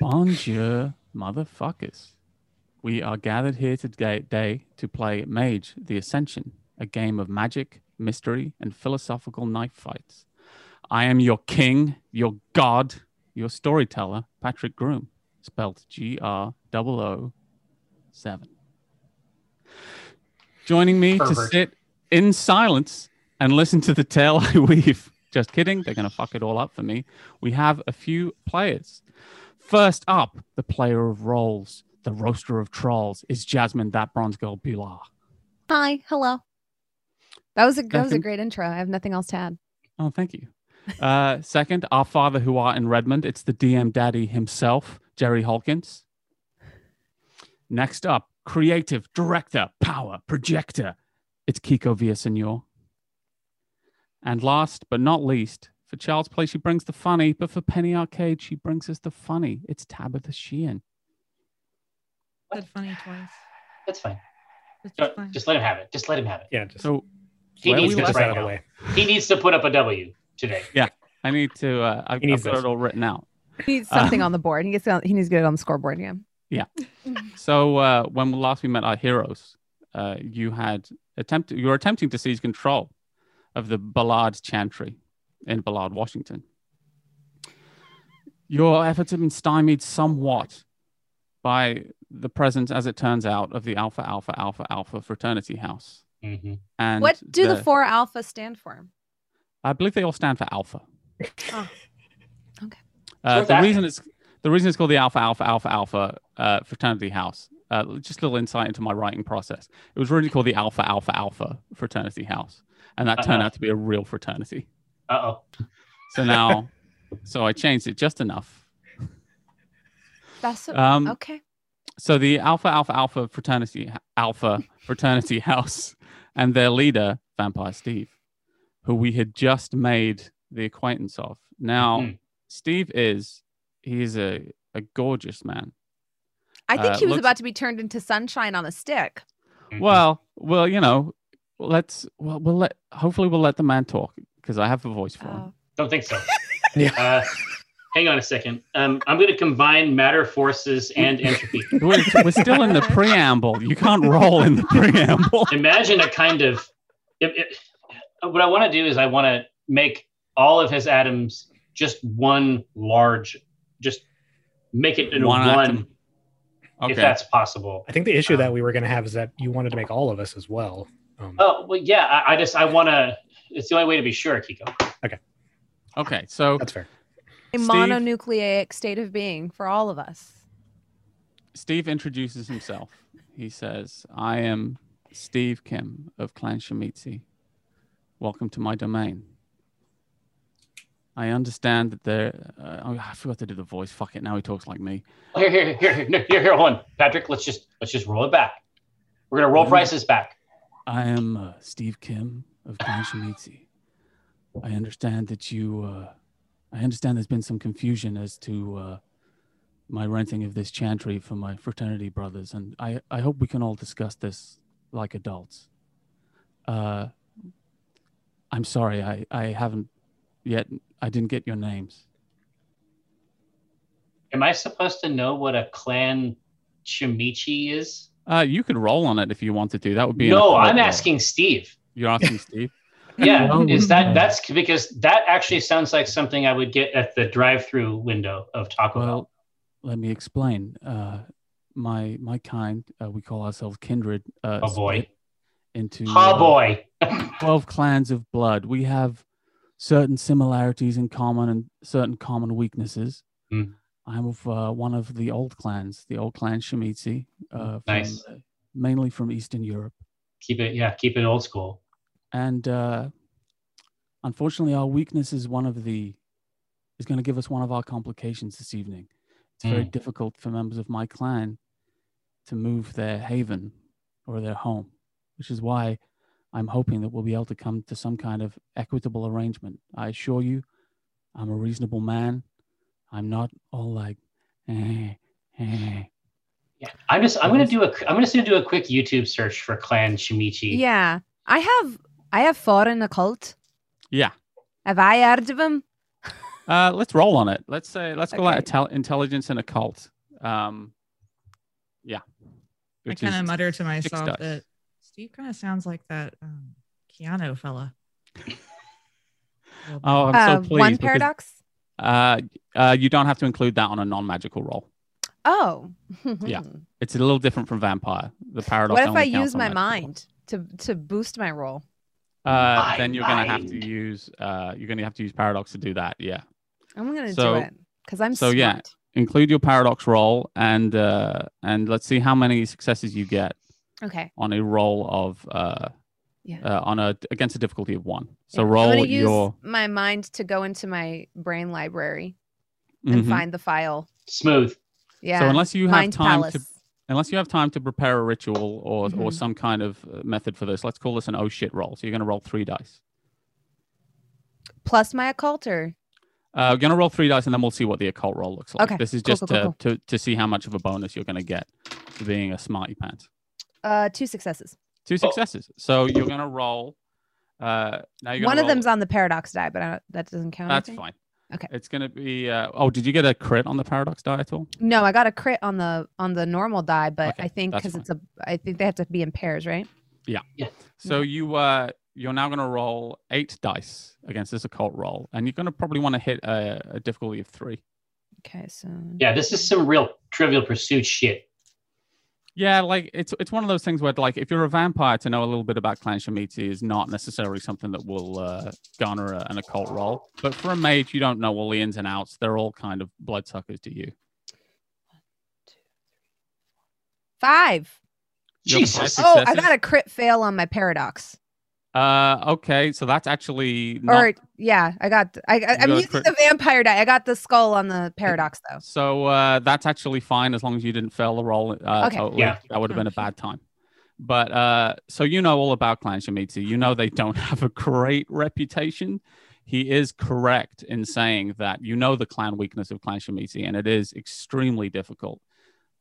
Bonjour, motherfuckers. We are gathered here today to play Mage the Ascension, a game of magic, mystery, and philosophical knife fights. I am your king, your god, your storyteller, Patrick Groom, spelled G R O O 7. Joining me to Pervert. sit in silence and listen to the tale I weave. Just kidding, they're going to fuck it all up for me. We have a few players. First up, the player of roles, the roaster of trolls, is Jasmine, that bronze girl, Pilar. Hi, hello. That was a that was a Nothing. great intro. I have nothing else to add. Oh, thank you. Uh, second, our father who are in Redmond. It's the DM daddy himself, Jerry Hawkins. Next up, creative director, power projector. It's Kiko Villasenor. And last but not least, for Child's Play, she brings the funny, but for Penny Arcade, she brings us the funny. It's Tabitha Sheehan. Said funny twice. That's fine. It's Don't- fine. just let him have it. Just let him have it. Yeah, just So He Where needs we this left- right now. He needs to put up a W today. I need to, uh, I've, He I've needs got this. it all written out. He needs something on the board. He gets on, he needs to get it on the scoreboard again. So uh, when last we met our heroes, uh, you had attempt you were attempting to seize control of the Ballard Chantry in Ballard, Washington. Your efforts have been stymied somewhat by the presence, as it turns out, of the Alpha Alpha Alpha Alpha fraternity house. hmm And what do the, the- four alpha stand for? I believe they all stand for alpha. Oh. Okay. Uh, the Sure, Ah. that- reason it's the reason it's called the Alpha Alpha Alpha Alpha uh, fraternity house. Uh, just a little insight into my writing process. It was really called the Alpha Alpha Alpha fraternity house, and that turned Uh-huh. out to be a real fraternity. Uh oh. So now, so I changed it just enough. That's so, Um, okay. so the Alpha Alpha Alpha fraternity Alpha fraternity house and their leader Vampire Steve, who we had just made the acquaintance of. Now, Mhm. Steve is he is a a gorgeous man. I think uh, he was looks- about to be turned into sunshine on a stick. Mhm. Well, well, you know, let's well, we'll let hopefully we'll let the man talk because I have a voice for him. Oh. don't think so. Yeah. Uh, hang on a second. Um, I'm going to combine matter forces and entropy. We're, we're still in the preamble. You can't roll in the preamble. Imagine a kind of. If, if, what I want to do is I want to make all of his atoms just one large, just make it into One one, atom. if Okay. that's possible. I think the issue that Um, we were going to have is that you wanted to make all of us as well. Um, Oh well, yeah. I, I just I want to. It's the only way to be sure, Kiko. Okay. So That's fair. A Steve- mononucleic state of being for all of us. Steve introduces himself. He says, I am Steve Kim of Clan Shamitsi. Welcome to my domain. I understand that there. Uh, oh, I forgot to do the voice. Fuck it. Now he talks like me. Oh, Here, here, here, here, no, here, here. Hold on, Patrick. Let's just let's just roll it back. We're gonna roll Mhm. prices back. I am uh, Steve Kim of Clan Shamitsi. I understand that you. Uh, I understand there's been some confusion as to uh, my renting of this chantry for my fraternity brothers, and I, I hope we can all discuss this like adults. Uh, I'm sorry, I, I haven't yet. I didn't get your names. Am I supposed to know what a clan chimichi is? Uh, you could roll on it if you want to do. That would be an no, appropriate I'm roll. asking Steve. You're asking Steve. Yeah, Well, is that uh, that's because that actually sounds like something I would get at the drive-through window of Taco Bell. Well, let me explain. Uh, my my kind, uh, we call ourselves kindred. Uh, Oh boy, split Into oh uh, boy. 12 clans of blood. We have certain similarities in common and certain common weaknesses. Mm. I'm of uh, one of the old clans, the old clan Shemitsi, uh, from, Nice. uh, mainly from Eastern Europe. Keep it, yeah, keep it old school. And uh, unfortunately, our weakness is one of the, is going to give us one of our complications this evening. It's very difficult for members of my clan to move their haven or their home, which is why I'm hoping that we'll be able to come to some kind of equitable arrangement. I assure you, I'm a reasonable man. I'm not all like, eh, eh. Yeah, I'm just I'm gonna Nice. do a I'm just gonna do a quick YouTube search for clan chimichi. Yeah. I have I have foreign occult. Yeah. Have I heard of him? Uh, let's roll on it. Let's say let's call Okay. that intel- intelligence and occult. Um, yeah. I Which kind of is- mutter to myself dice. that Steve kind of sounds like that um, Keanu fella. Oh, I'm Uh, so pleased. one because, paradox. uh, uh, you don't have to include that on a non-magical roll. Oh. It's a little different from vampire. The paradox. What if only I counts use on my magical roll. mind to to boost my roll? Uh, My then you're gonna have mind. to use uh, you're gonna have to use paradox to do that. Yeah. I'm gonna So- do it because I'm so, smart. yeah. Include your paradox roll and uh, and let's see how many successes you get Okay. on a roll of uh, Yeah. uh, on a against a difficulty of one. So Yeah. I'm roll gonna use your my mind to go into my brain library and Mhm. find the file. Smooth. Yeah. So unless you have mind time palace. to unless you have time to prepare a ritual or or Mhm. some kind of uh, method for this, let's call this an oh shit roll. So you're gonna roll three dice. Plus my occult or Uh, we're gonna roll three dice, and then we'll see what the occult roll looks like. Okay, This is cool, just cool, cool, to, cool. to to see how much of a bonus you're gonna get for being a smarty pants. uh, two successes. Two successes. So you're gonna roll. Uh, now you're gonna One of roll- them's on the paradox die, but I don't, that doesn't count. I That's think. fine. Okay. It's gonna be. Uh, oh, did you get a crit on the paradox die at all? No, I got a crit on the on the normal die, but Okay, I think that's because it's a, I think they have to be in pairs, right? So you uh you're now going to roll eight dice against this occult roll, and you're going to probably want to hit a, a difficulty of three. Okay, so Yeah, this is some real Trivial Pursuit shit. Yeah, like it's it's one of those things where like if you're a vampire, to know a little bit about Clan Shamiti is not necessarily something that will uh, garner a, an occult roll. But for a mage, you don't know all the ins and outs. They're all kind of bloodsuckers to you. five. You have five Jesus. Oh, I successes. got a crit fail on my paradox. Uh, okay, so that's actually not. Or yeah, I got I, I got I'm a using crit. the vampire die. I got the skull on the paradox though. So uh, that's actually fine as long as you didn't fail the roll. Uh, Okay. totally. Yeah. That would have been a Okay. bad time. But uh, so you know all about Clan Shimizu. You know they don't have a great reputation. He is correct in saying that you know the clan weakness of Clan Shimizu, and it is extremely difficult,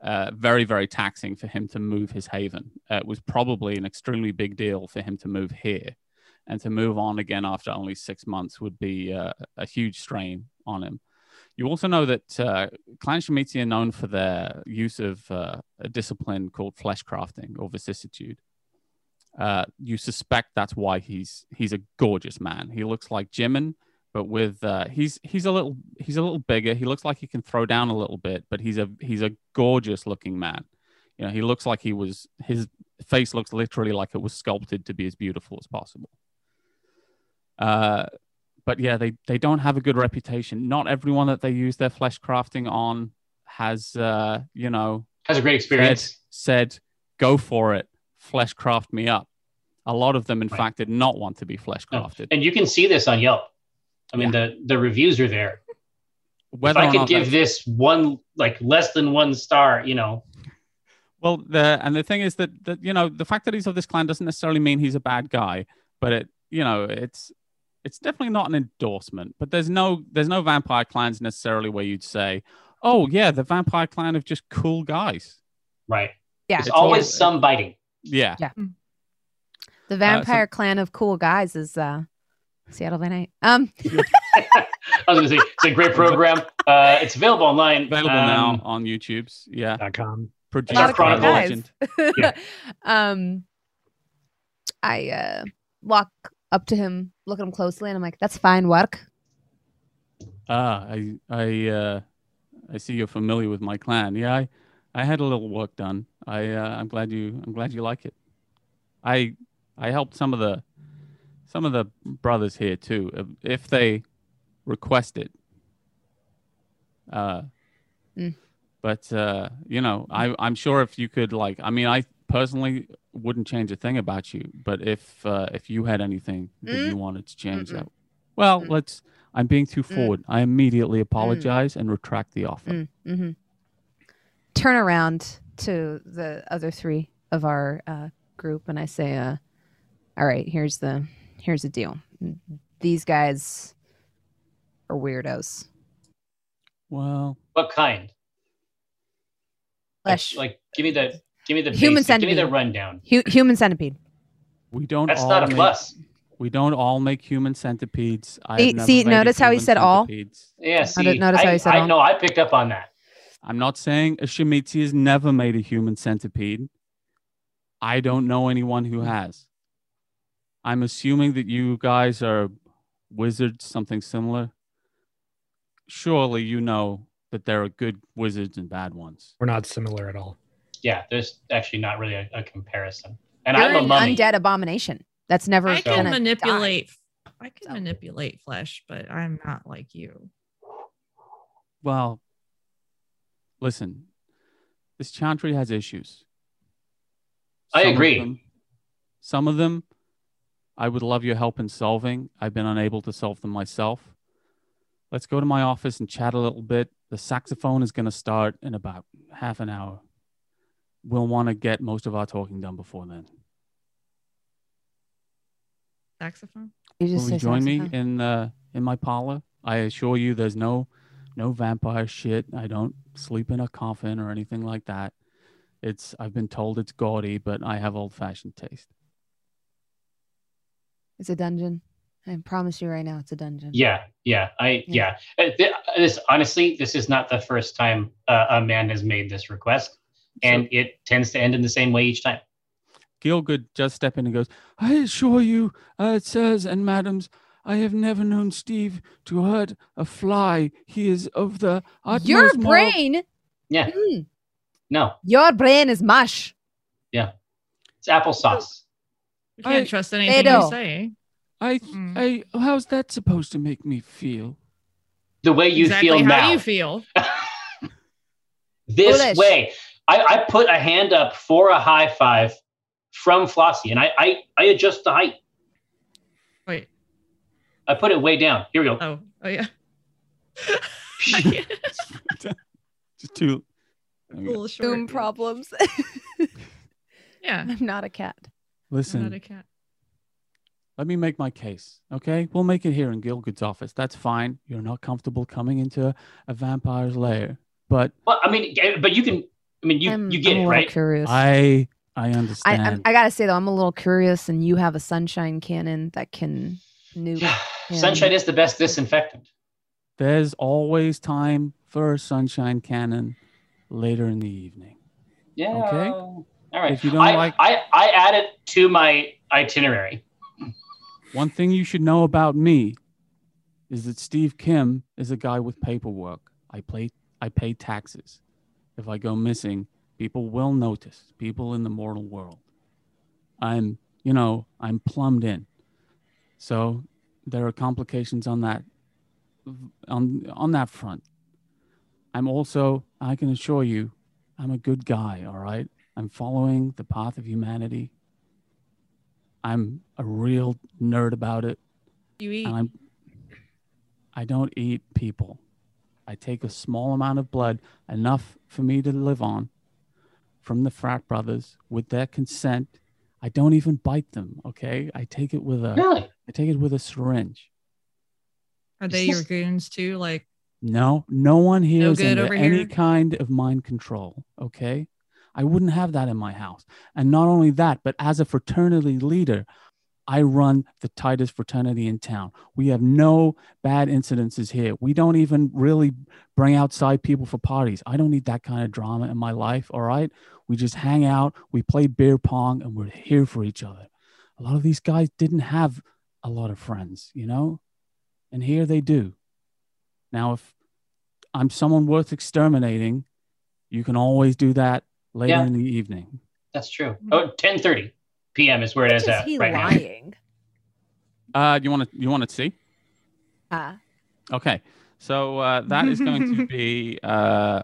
uh, very, very taxing for him to move his haven. Uh, it was probably an extremely big deal for him to move here. And to move on again after only six months would be uh, a huge strain on him. You also know that uh, Clan Shemiti are known for their use of uh, a discipline called flesh crafting or vicissitude. Uh, you suspect that's why he's he's a gorgeous man. He looks like Jimin, but with uh, he's he's a little he's a little bigger. He looks like he can throw down a little bit, but he's a he's a gorgeous looking man. You know, he looks like he was his face looks literally like it was sculpted to be as beautiful as possible. Uh, but yeah, they they don't have a good reputation. Not everyone that they use their flesh crafting on has uh, you know, Has a great experience. said go for it, flesh craft me up. A lot of them in Right. fact did not want to be flesh No. crafted. And you can see this on Yelp. I mean, the, the reviews are there. If Whether I or could not they- give this one, like less than one star, you know, Well, the and the thing is that that you know the fact that he's of this clan doesn't necessarily mean he's a bad guy, but it you know it's it's definitely not an endorsement. But there's no there's no vampire clans necessarily where you'd say, oh yeah, the vampire clan of just cool guys. right. Yeah. There's It's always all- some biting. Yeah, The vampire clan of cool guys is uh Seattle by night. Um I was going to say, it's a great program. Uh, it's available online. available Um, now on YouTube's. Yeah, dot com. produced lot of by cool a guys. legend. Yeah. um I uh walk up to him, look at him closely, and I'm like, that's fine work. Ah, I I uh, I see you're familiar with my clan. Yeah, I I had a little work done. I uh, I'm glad you I'm glad you like it. I I helped some of the some of the brothers here too, if- if they request it. Uh, Mm. but uh, you know, I I'm sure if you could like, I mean, I personally wouldn't change a thing about you. But if uh, if you had anything that you wanted to change, Hmm? Mm-mm. that well, Mm. let's I'm being too forward. I immediately apologize and retract the offer. Mm, hmm Turn around to the other three of our uh, group, and I say, uh, "All right, here's the here's the deal. These guys are weirdos. Well, What kind? Like, Flesh, like, give me the, give me the, Human basic, give me the centipede. rundown. hu- human centipede. we don't That's all not a make, plus. We don't all make human centipedes. I have See- never see, made a notice how he human said all? centipedes. Yeah, see, didn't notice I, how you said I all. know. I picked up on that. I'm not saying a Shemitzi has never made a human centipede. I don't know anyone Mm. who has. I'm assuming that you guys are wizards, something similar. Surely you know that there are good wizards and bad ones. We're not similar at all. Yeah, there's actually not really a, a comparison. And You're I'm a an mummy. undead abomination. That's never I can gonna manipulate. I can So- manipulate flesh, but I'm not like you. Well, listen, this Chantry has issues. I of agree. them- some of them I would love your help in solving. I've been unable to solve them myself. Let's go to my office and chat a little bit. The saxophone is going to start in about half an hour. We'll want to get most of our talking done before then. Saxophone. Die. You Will just Uh-huh. you say join me saxophone. in uh, in my parlor? I assure you, there's no no vampire shit. I don't sleep in a coffin or anything like that. It's I've been told it's gaudy, but I have old fashioned taste. It's a dungeon. I promise you right now, it's a dungeon. Yeah, yeah, I yeah. Yeah. Uh, th- This honestly, this is not the first time uh, a man has made this request, and it tends to end in the same way each time. Gilgood does step in and goes, I assure you, uh, sirs and madams, I have never known Steve to hurt a fly. He is of the utmost Your moral- brain, Yeah, mm, no, your brain is mush. it's applesauce. We can't I- trust anything you Edo. say. I, Mm. I, how's that supposed to make me feel? The way you exactly feel how now, you feel. this Foolish. way. I, I put a hand up for a high five from Flossie, and I, I I adjust the height. Wait. I put it way down. Here we go. Oh. Oh yeah. Just too. there we go. Little short. Boom problems. Yeah. I'm not a cat. I'm not Listen, a cat. let me make my case, okay? We'll make it here in Gilgood's office. That's fine. You're not comfortable coming into a vampire's lair, but Well, I mean, eh, but you can. I mean, you I'm, you get it I'm a little right. curious. I, I I, understand. I'm, I gotta say though, I'm a little curious, and you have a sunshine cannon that can nuke. Sunshine is the best disinfectant. There's always time for a sunshine cannon later in the evening. Yeah. Okay. All right. If you don't I, like- I, I add it to my itinerary. One thing you should know about me is that Steve Kim is a guy with paperwork. I play I pay taxes. If I go missing, people will notice. People in the mortal world. I'm, you know, I'm plumbed in. So there are complications on that on on that front. I'm also, I can assure you, I'm a good guy, all right? I'm following the path of humanity. I'm a real nerd about it. You eat. And I'm, I don't eat people. I take a small amount of blood, enough for me to live on, from the frat brothers with their consent. I don't even bite them, okay? I take it with a Really? I take it with a syringe. Are they your goons too? Like No, no one here No is good under over any here? kind of mind control. Okay. I wouldn't have that in my house. And not only that, but as a fraternity leader, I run the tightest fraternity in town. We have no bad incidences here. We don't even really bring outside people for parties. I don't need that kind of drama in my life. All right. We just hang out, we play beer pong, and we're here for each other. A lot of these guys didn't have a lot of friends, you know? And here they do. Now, if I'm someone worth exterminating, you can always do that later Yeah. in the evening. That's true. Oh, 10.30 p.m. is where it Is is at Mm-hmm. he right now. lying? Uh, you want to you want to see? Ah, Okay, so uh, that is going to be uh,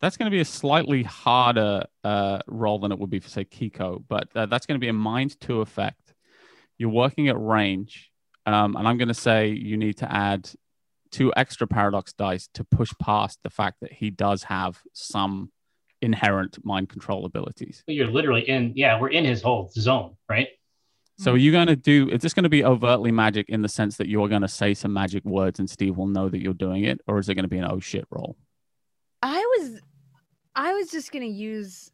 that's going to be a slightly harder uh, roll than it would be for say Kiko, but uh, that's going to be a mind two effect. You're working at range, um, and I'm going to say you need to add two extra paradox dice to push past the fact that he does have some inherent mind control abilities. You're literally in, yeah, we're in his whole zone, right? So Mm-hmm. are you going to do? Is this going to be overtly magic in the sense that you're going to say some magic words and Steve will know that you're doing it, or is it going to be an oh shit roll? I was, I was just gonna use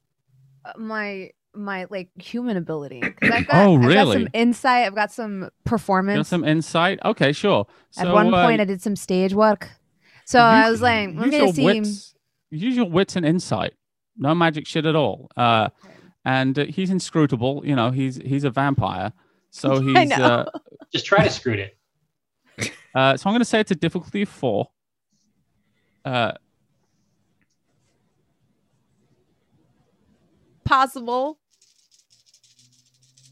uh, my my like human ability. 'Cause I've got, Oh, I've got really? some insight. I've got some You got performance. some insight? Okay, sure. So, At one uh, point, I did some stage work. So I use- was like, I'm use gonna your see him. wits, use your wits and insight. No magic shit at all. Uh, and uh, he's inscrutable. You know, he's he's a vampire. So I he's know. uh, Just try to screw it. Uh, so I'm going to say it's a difficulty of four. Uh, Possible.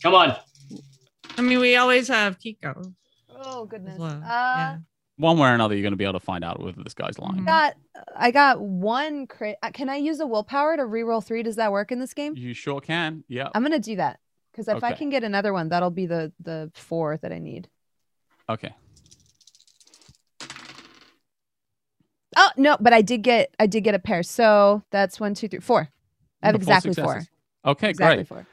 Come on. I mean, we always have Kiko. Oh goodness. Well, uh, yeah. one way or another, you're going to be able to find out whether this guy's lying. Mhm. Got. I got one crit. uh, Can I use a willpower to reroll three? Does that work in this game? You sure can. Yeah. I'm gonna do that because if I Okay. can get another one, that'll be the the four that I need. Uh, Okay. Oh no, but I did get I did get a pair. So that's one, two, three, four. I have Four exactly four. successes. Okay, exactly great. four.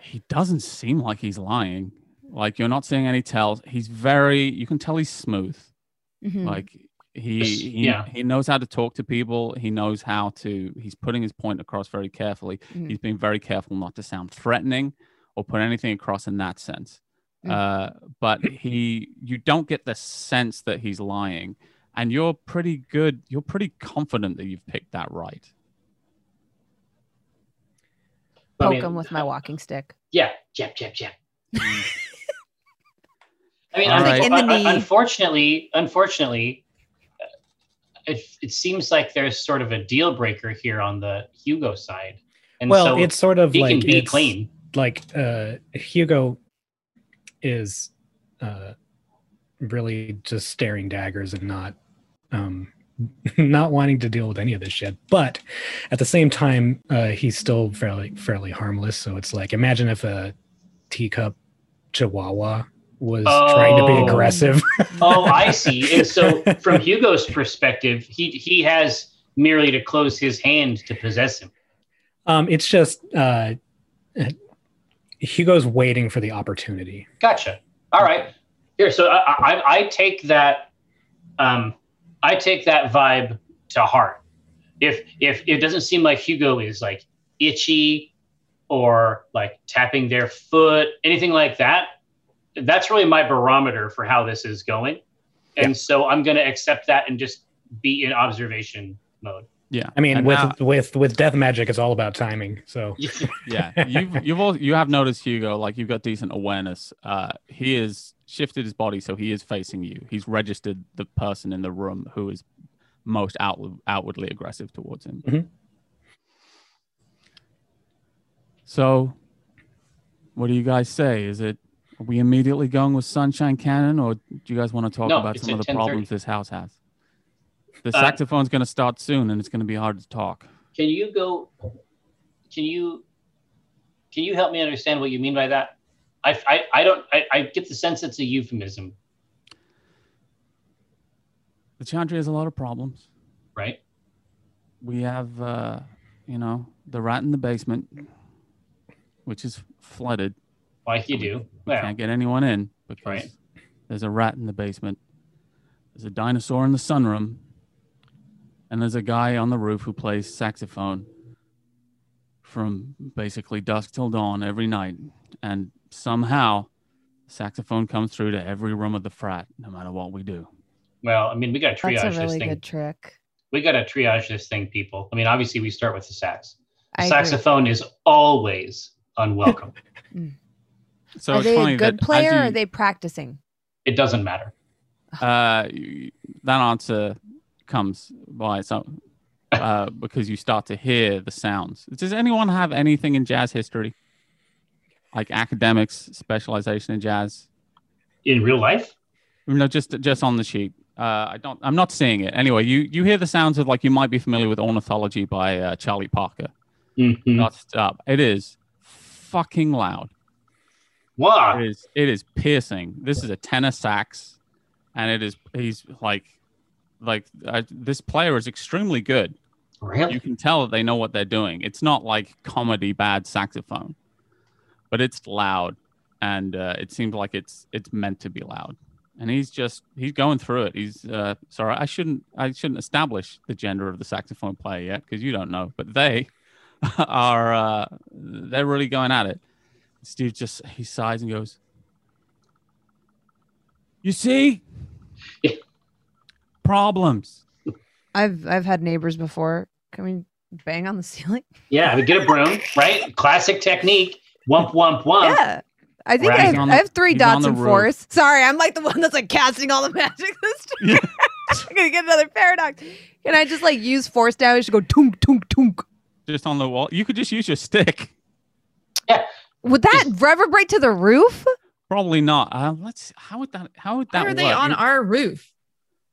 He doesn't seem like he's lying. Like you're not seeing any tells. He's very. You can tell he's smooth. Mhm. Like he, Yes, he yeah. he knows how to talk to people. He knows how to. He's putting his point across very carefully. Mhm. He's being very careful not to sound threatening or put anything across in that sense. Mm. Uh, but he, you don't get the sense that he's lying, and you're pretty good. You're pretty confident that you've picked that right. I Poke mean, him with my walking stick. Yeah, jab, jab, jab. I mean, All unfo- right. In the un- un- knee. unfortunately, unfortunately, uh, it, it seems like there's sort of a deal breaker here on the Hugo side, and well, so it's sort of he can like be it's- clean. like uh Hugo is uh really just staring daggers and not um not wanting to deal with any of this shit but at the same time uh he's still fairly fairly harmless so it's like imagine if a teacup chihuahua was trying to Oh. be aggressive Oh, I see. And so, from Hugo's perspective, he he has merely to close his hand to possess him. um it's just uh Hugo's waiting for the opportunity Gotcha. All right. Here, so I, I, I take that, um, I take that vibe to heart. If if it doesn't seem like Hugo is like itchy, or like tapping their foot, anything like that, that's really my barometer for how this is going. And so I'm going to accept that and just be in observation mode. Yeah, I mean And with now- with with death magic it's all about timing so yeah, you've you've all you have noticed Hugo. Like you've got decent awareness. Uh, he has shifted his body, so he is facing you. He's registered the person in the room who is most out, outwardly aggressive towards him. Mhm. So, what do you guys say? Is it are we immediately going with Sunshine Cannon, or do you guys want to talk No, about it's some of at the 10:30. problems this house has? The Uh, saxophone's going to start soon, and it's going to be hard to talk. Can you go? Can you? Can you help me understand what you mean by that? I, I, I don't. I, I get the sense it's a euphemism, The Chantry has a lot of problems. right? we have uh, you know the rat in the basement which is flooded Like you do. we Well, can't get anyone in because Right. there's a rat in the basement there's a dinosaur in the sunroom and there's a guy on the roof who plays saxophone from basically dusk till dawn every night and somehow saxophone comes through to every room of the frat no matter what we do well. I mean, we got to triage That's a this really thing. good trick. We got to triage this thing, people. I mean, obviously, we start with the sax. The I agree. saxophone is always unwelcome. so are it's they funny a good that as player or you- are they practicing? it doesn't matter. Uh, y- that answer comes by some uh, because you start to hear the sounds. Does anyone have anything in jazz history, like academics specialization in jazz? In real life, No, just just on the sheet. Uh, I don't. I'm not seeing it. Anyway, you you hear the sounds of like you might be familiar with ornithology by uh, Charlie Parker. Mhm. Not stop. It is fucking loud. wow. It is it is piercing. This is a tenor sax, and it is he's like like uh, this player is extremely good. Really? You can tell that they know what they're doing. It's not like comedy bad saxophone, but it's loud, and uh, it seems like it's it's meant to be loud. And he's just he's going through it. He's uh, sorry, I shouldn't I shouldn't establish the gender of the saxophone player yet because you don't know, but they are uh, they're really going at it. Steve just he sighs and goes, "You see, Yeah. problems." I've I've had neighbors before. Can we bang on the ceiling? Yeah, we get a broom, right? Classic technique. Wump, wump, wump. yeah. I think Right. I He's have, on I the- have three he's on dots the and road. fours. Sorry, I'm like the one that's like casting all the magic this time. Yeah. I'm gonna get another paradox. Can I just like use force damage to go tunk tunk tunk? Just on the wall, you could just use your stick. Would that reverberate to the roof? Probably not. Uh, let's. How would that? How would that Why are work? they on You- our roof?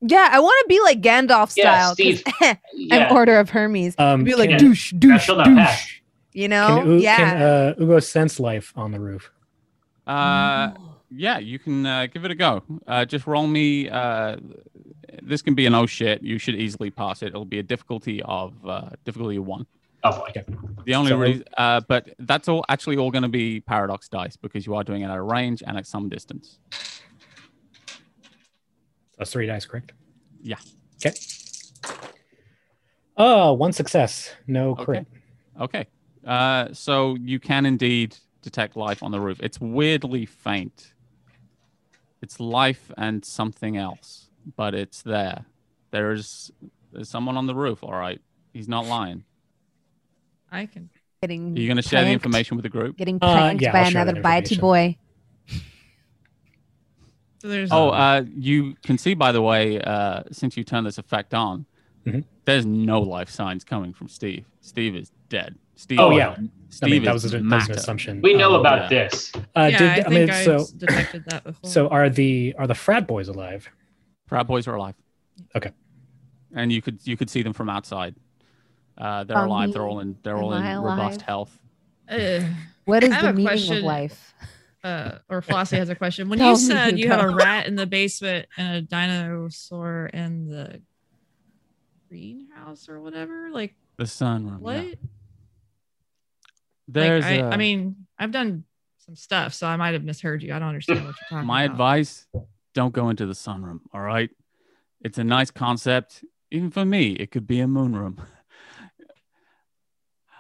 Yeah, I want to be like Gandalf Yeah, style. 'cause Steve. Yeah. I'm Order of Hermes. Um, be like can, douche Thou douche shalt not douche. pass. You know? can, U- yeah. can uh, Ugo sense life on the roof? Uh, Mm-hmm. yeah, you can uh, give it a go. Uh, just roll me. Uh, this can be an oh shit. You should easily pass it. It'll be a difficulty of uh, difficulty of one. Oh boy. The only So- reason, uh, but that's all actually all going to be paradox dice because you are doing it at a range and at some distance. That's three dice, correct? Yeah. Okay. Oh, one success, no Okay. crit. Okay. Uh, so you can indeed detect life on the roof. It's weirdly faint. It's life and something else, but it's there. There is there's someone on the roof. All right. He's not lying. I can. getting Are you going to share the pranked- information with the group? Getting Uh, pranked yeah, by I'll share another that bitey information. boy. So there's Oh, uh, you can see, by the way, uh, since you turn this effect on, Mhm. there's no life signs coming from Steve. Steve is dead. Steve. Oh, yeah. I Steve mean, that is was, a, that was matter. an assumption. We know Um, about this. Uh, yeah, did, I I, think I mean, so detected that before. so are the are the frat boys alive? Proud Boys are alive. Okay. And you could you could see them from outside. Uh, they're Are alive. They're we- all in they're am all in I robust alive? health. Ugh. What is I have the a meaning of question. life? uh, or Flossie has a question. When Tell you me, said you have a Hugo. rat in the basement and a dinosaur in the greenhouse or whatever, like The sunroom. what? Um, Yeah. Like, There's I, I uh, mean, I've done some stuff, so I might have misheard you. I don't understand what you're talking my about. advice, don't go into the sunroom, all right? It's a nice concept. Even for me, it could be a moonroom.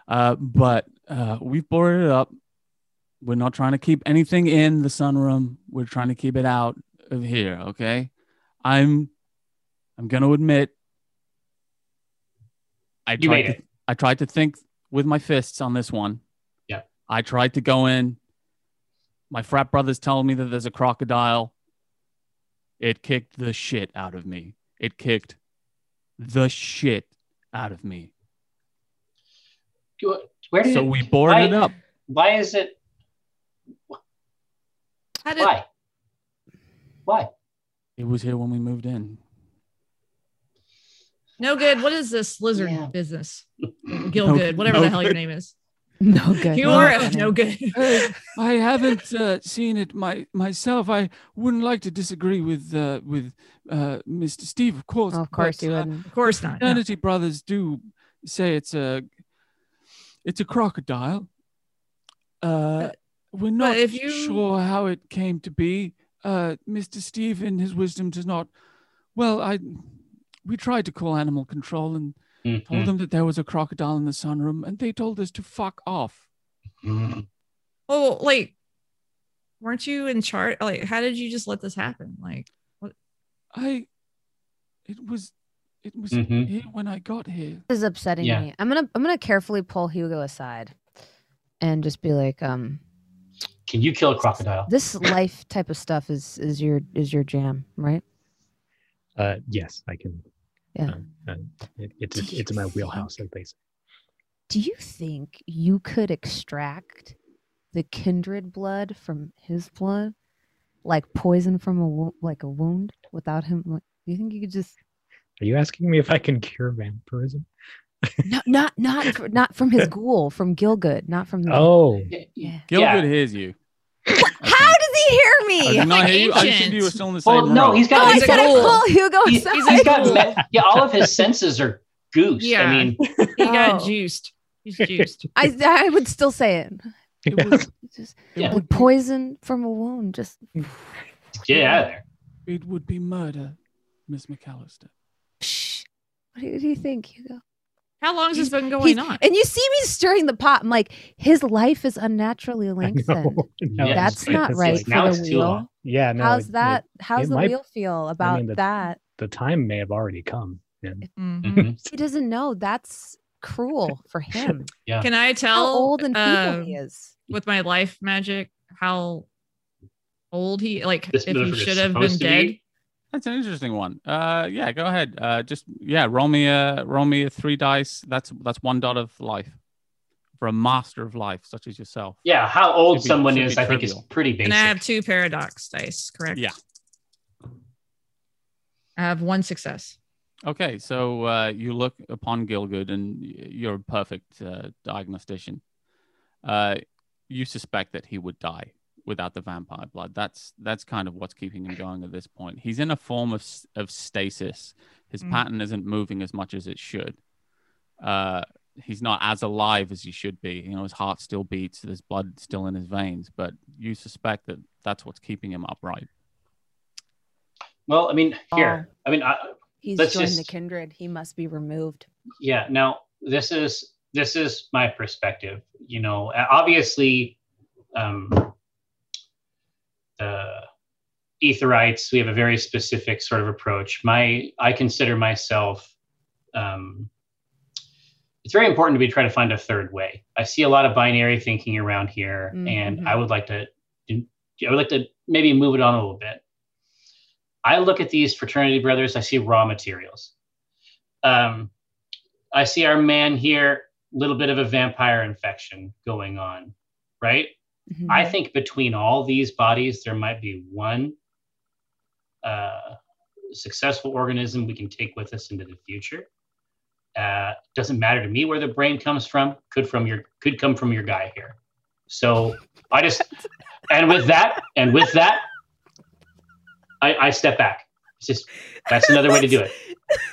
Uh, but uh, we've boarded it up. We're not trying to keep anything in the sunroom. We're trying to keep it out of here, okay? I'm I'm gonna admit I You tried made to, I tried to think with my fists on this one. Yeah. I tried to go in. My frat brothers telling me that there's a crocodile. It kicked the shit out of me. It kicked the shit out of me. Do- Where did So it- we boarded it why- up. Why is it? How did, Why? Why? It was here when we moved in. no good. What is this lizard Yeah. business? Gilgood, whatever no the hell your good. name is. No good. You are a no good. I haven't uh, seen it my, myself. I wouldn't like to disagree with uh, with uh, Mr. Steve, of course. Of course but, you uh, wouldn't. of course not. no. Fraternity brothers do say it's a it's a crocodile. Uh, we're not if you- sure how it came to be. Uh, Mr. Steve, in his wisdom, does not. Well, I we tried to call animal control and told Mm-hmm. them that there was a crocodile in the sunroom, and they told us to fuck off. Mhm. Well, like, weren't you in charge? Like, how did you just let this happen? Like, I, it was, it was Mhm. here when I got here. This is upsetting Yeah. me. I'm gonna I'm gonna carefully pull Hugo aside and just be like, um, Can you kill a crocodile? this life type of stuff is is your is your jam, right? Uh, yes, I can. Yeah. um, uh, it, it's it's in my wheelhouse, at least. Do you think you could extract the kindred blood from his blood, like poison from a wo- like a wound, without him? Like, do you think you could just Are you asking me if I can cure vampirism? no, not not fr- not from his ghoul, from Gilgood, not from the. Oh, Yeah. Yeah. Gilbert hears you. How does he hear I me? did not like hear you. I assumed you were ancient. still in the same Well, room. no, he's Oh, got. I He's a He's said I ghoul. pull Hugo he's- aside. he's got. ma- Yeah, all of his senses are goose. Yeah. I mean, he got Oh. juiced. He's juiced. I, I would still say it. it would, Just, Yeah. it, like would be, poison from a wound. Just get out of there. it would be murder, Miss McAllister. shh. What do you, what do you think, Hugo? How long has this been He's- going on? And you see me stirring the pot. I'm like, his life is unnaturally I lengthened. know. No, Yeah, That's it's- not it's right like- for now the it's too long. wheel. yeah, no. How's it- it- that? How's it the might- wheel feel about the- that? the time may have already come. And Mhm. Mhm. He doesn't know. That's cruel for him. Can I tell How old and feeble um, he is. with my life magic how old he like This if he motherfucker's should have been supposed to be- dead? That's an interesting one. Uh, yeah, go ahead. Uh, just yeah, roll me a roll me a three dice. That's that's one dot of life for a master of life such as yourself. Yeah, how old Should be- someone should be is, I think, is trivial. pretty basic. And I have two paradox dice, correct? Yeah. I have one success. Okay, so uh, you look upon Gilgood, and y- you're a perfect uh, diagnostician. Uh, you suspect that he would die without the vampire blood. That's that's kind of what's keeping him going at this point. He's in a form of s- of stasis. His Mm. pattern isn't moving as much as it should. Uh, he's not as alive as he should be. You know, his heart still beats. There's blood still in his veins, but you suspect that that's what's keeping him upright. well, I mean, Uh, here, I mean, I, He's joined let's the just- kindred. He must be removed. yeah now this is this is my perspective you know uh, obviously um the etherites we have a very specific sort of approach my i consider myself um it's very important to be trying to find a third way i see a lot of binary thinking around here Mhm. and i would like to i would like to maybe move it on a little bit i look at these fraternity brothers i see raw materials um I see our man here, little bit of a vampire infection going on, right? Mhm. I think between all these bodies, there might be one uh, successful organism we can take with us into the future. Uh, doesn't matter to me where the brain comes from. Could from your could come from your guy here. So I just and with that and with that, I, I step back. It's just that's another way to do it.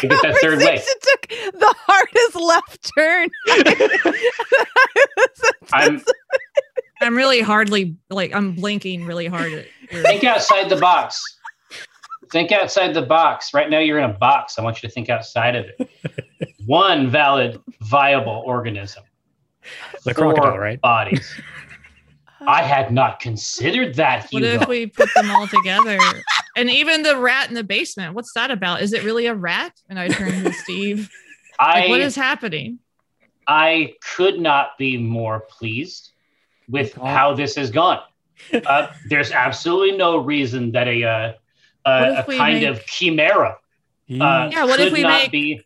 You get that third way. Conversation took the hardest left turn. I'm I'm really hardly like I'm blinking really hard at your- think outside the box. Think outside the box. Right now, you're in a box. I want you to think outside of it. One valid, viable organism. The Four crocodile, right? Bodies. I had not considered that. What if Hugo. we put them all together? And even the rat in the basement. What's that about? Is it really a rat? And I turn to Steve. I, Like, what is happening? I could not be more pleased with Okay. how this has gone. Uh, there's absolutely no reason that a, uh, a, if a we kind make- of chimera He, uh, Yeah, what if could we not make- be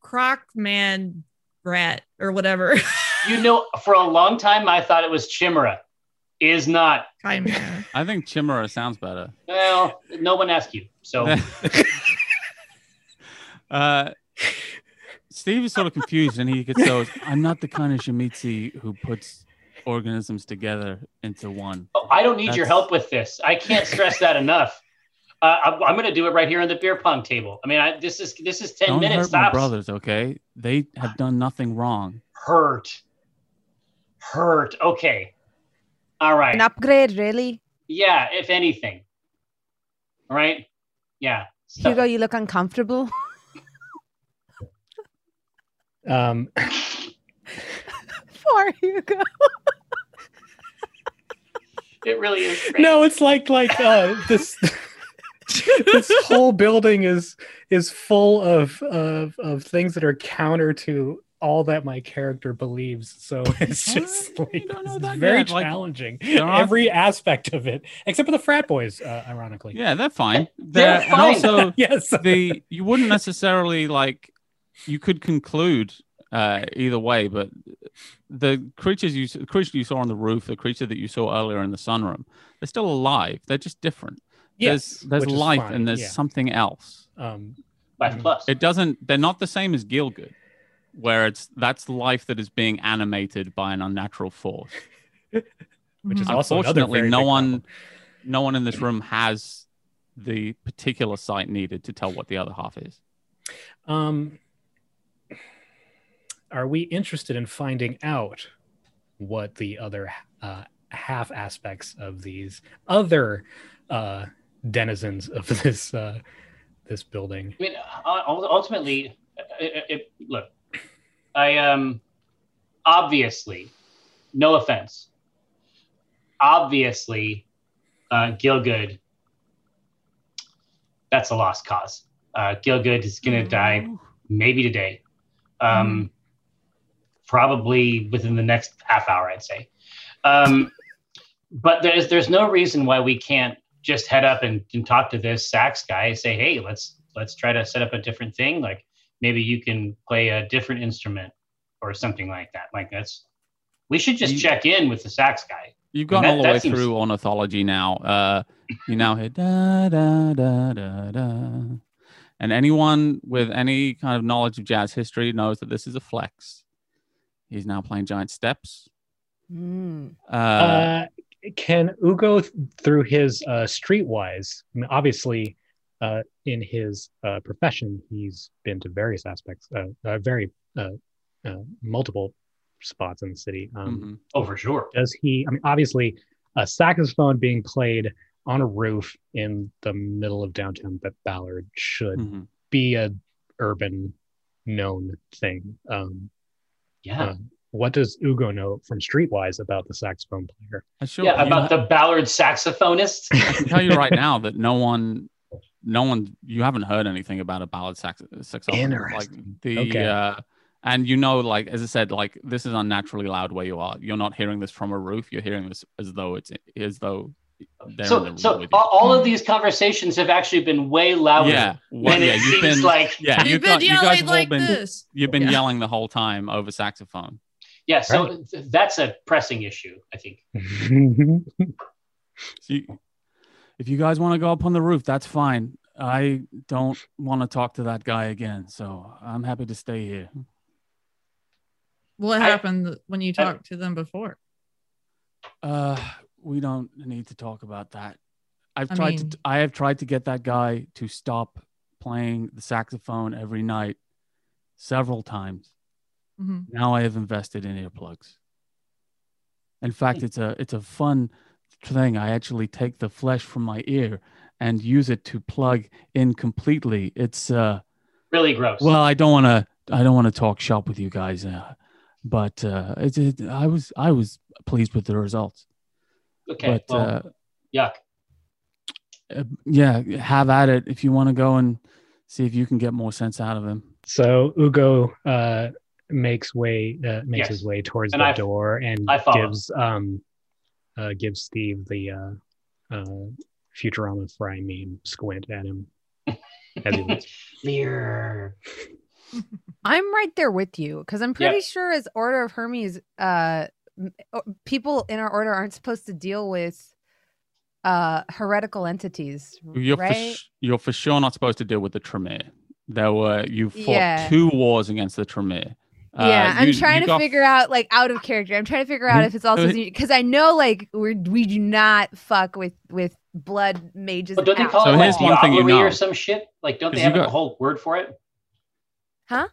Croc man rat or whatever. You know, for a long time, I thought it was Chimera. Is not. Chimera. I think Chimera sounds better. Well, no one asked you. So, uh, Steve is sort of confused, and he gets those. I'm not the kind of Shimizu who puts organisms together into one. oh, I don't need your That's- help with this. I can't stress that enough. Uh, I'm, I'm going to do it right here on the beer pong table. I mean, I, this is this is 10 Don't hurt minutes. my tops. brothers, okay? They have done nothing wrong. Hurt. Hurt. Okay. All right. An upgrade, really? yeah, if anything. All right. Yeah. Stuff. Hugo, you look uncomfortable. Um, Poor Hugo. It really is. Great. no, it's like like uh, this this whole building is is full of of of things that are counter to all that my character believes. So it's Huh? just You like don't know it's that very yet, like, challenging. there are- Every aspect of it, except for the frat boys, uh, ironically. Yeah, they're fine. They're They're, and fine. also Yes. the you wouldn't necessarily like you could conclude uh, either way, but the creatures you the creature you saw on the roof, the creature that you saw earlier in the sunroom, they're still alive. They're just different. yes. there's which there's is life fine, and there's yeah. something else. um, Life plus. It doesn't. They're not the same as Gilgood, where it's that's life that is being animated by an unnatural force. which is Mhm. also another Unfortunately, very no big one- problem. No one in this room has the particular sight needed to tell what the other half is. Um, are we interested in finding out what the other uh, half aspects of these other uh, denizens of this uh, this building? I mean, uh, ul- ultimately, it, it, look, I um, obviously, no offense, obviously, uh, Gilgood, that's a lost cause. Uh, Gilgood is going to die maybe today, um, probably within the next half hour, I'd say. Um, but there's there's no reason why we can't just head up and, and talk to this sax guy and say, hey, let's let's try to set up a different thing. Like maybe you can play a different instrument or something like that. Like that's we should just You- check in with the sax guy. You've gone that- all the that way seems- through ornithology now. Uh, you now hit da da da da da, and anyone with any kind of knowledge of jazz history knows that this is a flex. He's now playing giant steps. Mm. Uh, Uh, can Ugo th- through his uh, streetwise? I mean, obviously, uh, in his uh, profession, he's been to various aspects, uh, uh, very uh, uh, multiple spots in the city. Um, mhm. Oh, for sure. Does he? I mean, obviously, a saxophone being played on a roof in the middle of downtown Ba- Ballard Hmm. should Mhm. be a urban known thing. Um, Yeah. Uh, what does Ugo know from streetwise about the saxophone player? Uh, sure. Yeah, you about the Ballard saxophonist. I can tell you right now that no one, no one, you haven't heard anything about a ballad sax saxophone. Like Interesting. the, Okay. uh, and you know, like as I said, like this is unnaturally loud where you are. You're not hearing this from a roof. You're hearing this as though it's as though they're in the so, room so with you. all, all of these conversations have actually been way louder yeah, well, than yeah, it you've seems been, like. yeah, You've you've been got, you guys yelling have all like been, this. you've been Yeah. yelling the whole time over saxophone. Yeah, so th- that's a pressing issue, I think. So you- if you guys want to go up on the roof, that's fine. I don't want to talk to that guy again, so I'm happy to stay here. What I- happened when you talked to them before? Uh, we don't need to talk about that. I've I tried mean- to. I have tried to get that guy to stop playing the saxophone every night, several times. hmm Now I have invested in earplugs. In fact, Hmm. it's a it's a fun thing. I actually take the flesh from my ear and use it to plug in completely. It's uh Really gross. well, I don't want to I don't want to talk shop with you guys, uh, but uh, it, it, I was I was pleased with the results okay. but well, uh, yuck. uh, yeah, have at it if you want to go and see if you can get more sense out of him. so Ugo uh, makes way uh, makes Yes. his way towards And the I- door and I follow. gives um, uh, gives Steve the uh, uh, Futurama fry meme squint at him as he leaves. Leer. I'm right there with you because I'm Yeah. pretty sure as Order of Hermes, uh, m- o- people in our order aren't supposed to deal with uh heretical entities, You're for right? sh- you're for sure not supposed to deal with the Tremere. There were you fought Yeah. two wars against the Tremere. Uh, yeah, I'm you- trying you to got- figure out like out of character. I'm trying to figure out Mhm. if it's also Uh, because I know like we we do not fuck with with blood mages. But don't they out. call So it here's like one thing you diablerie know. or some shit? Like, don't they 'Cause have you a got- whole word for it? Huh?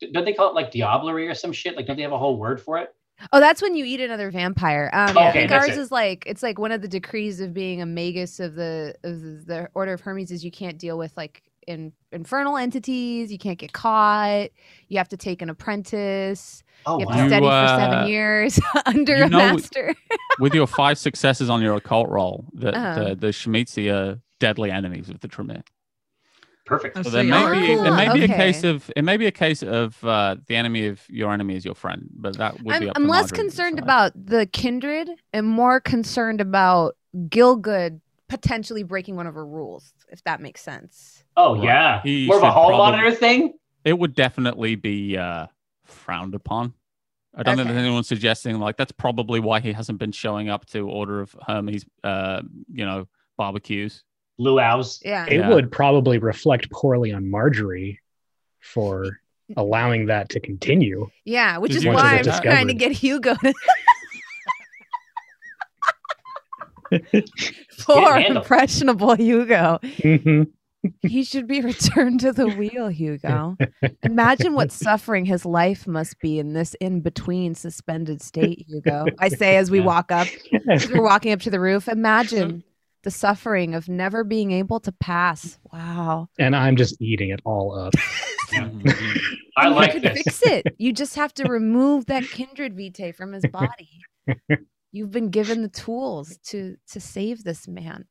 D- Don't they call it like diablerie or some shit? Like, don't they have a whole word for it? Oh, that's when you eat another vampire. Um, Okay, I think that's ours it. is like it's like one of the decrees of being a magus of the of the, the Order of Hermes is you can't deal with like in, infernal entities. You can't get caught. You have to take an apprentice. Oh, you have wow. to study for uh, seven years under you a know- master. with your five successes on your occult roll. The Uh-huh. the, the Shemitsi are deadly enemies of the Tremere. Perfect. Oh, So so there you may are be cool. there may be a case Okay. of it may be a case of uh, the enemy of your enemy is your friend, but that would be I'm, up to I'm less Marjorie to concerned decide. about the kindred and more concerned about Gilgood potentially breaking one of her rules, if that makes sense. Oh, Right. yeah. He More of a should hall probably- monitor thing? it would definitely be uh, frowned upon. I don't think Okay. there's anyone suggesting like that's probably why he hasn't been showing up to Order of Hermes, uh, you know, barbecues. Luau's. Yeah. It Yeah. would probably reflect poorly on Marjorie for allowing that to continue. Yeah, which Did is you- why I'm Once it's trying to discovered. get Hugo to Poor handle. impressionable Hugo. Mhm. He should be returned to the wheel, Hugo. Imagine what suffering his life must be in this in between suspended state, Hugo. I say as we Yeah. walk up, as we're walking up to the roof, imagine the suffering of never being able to pass. Wow. and I'm just eating it all up. Yeah. Mhm. I And you like could this. fix it. You just have to remove that kindred vitae from his body. You've been given the tools to to save this man.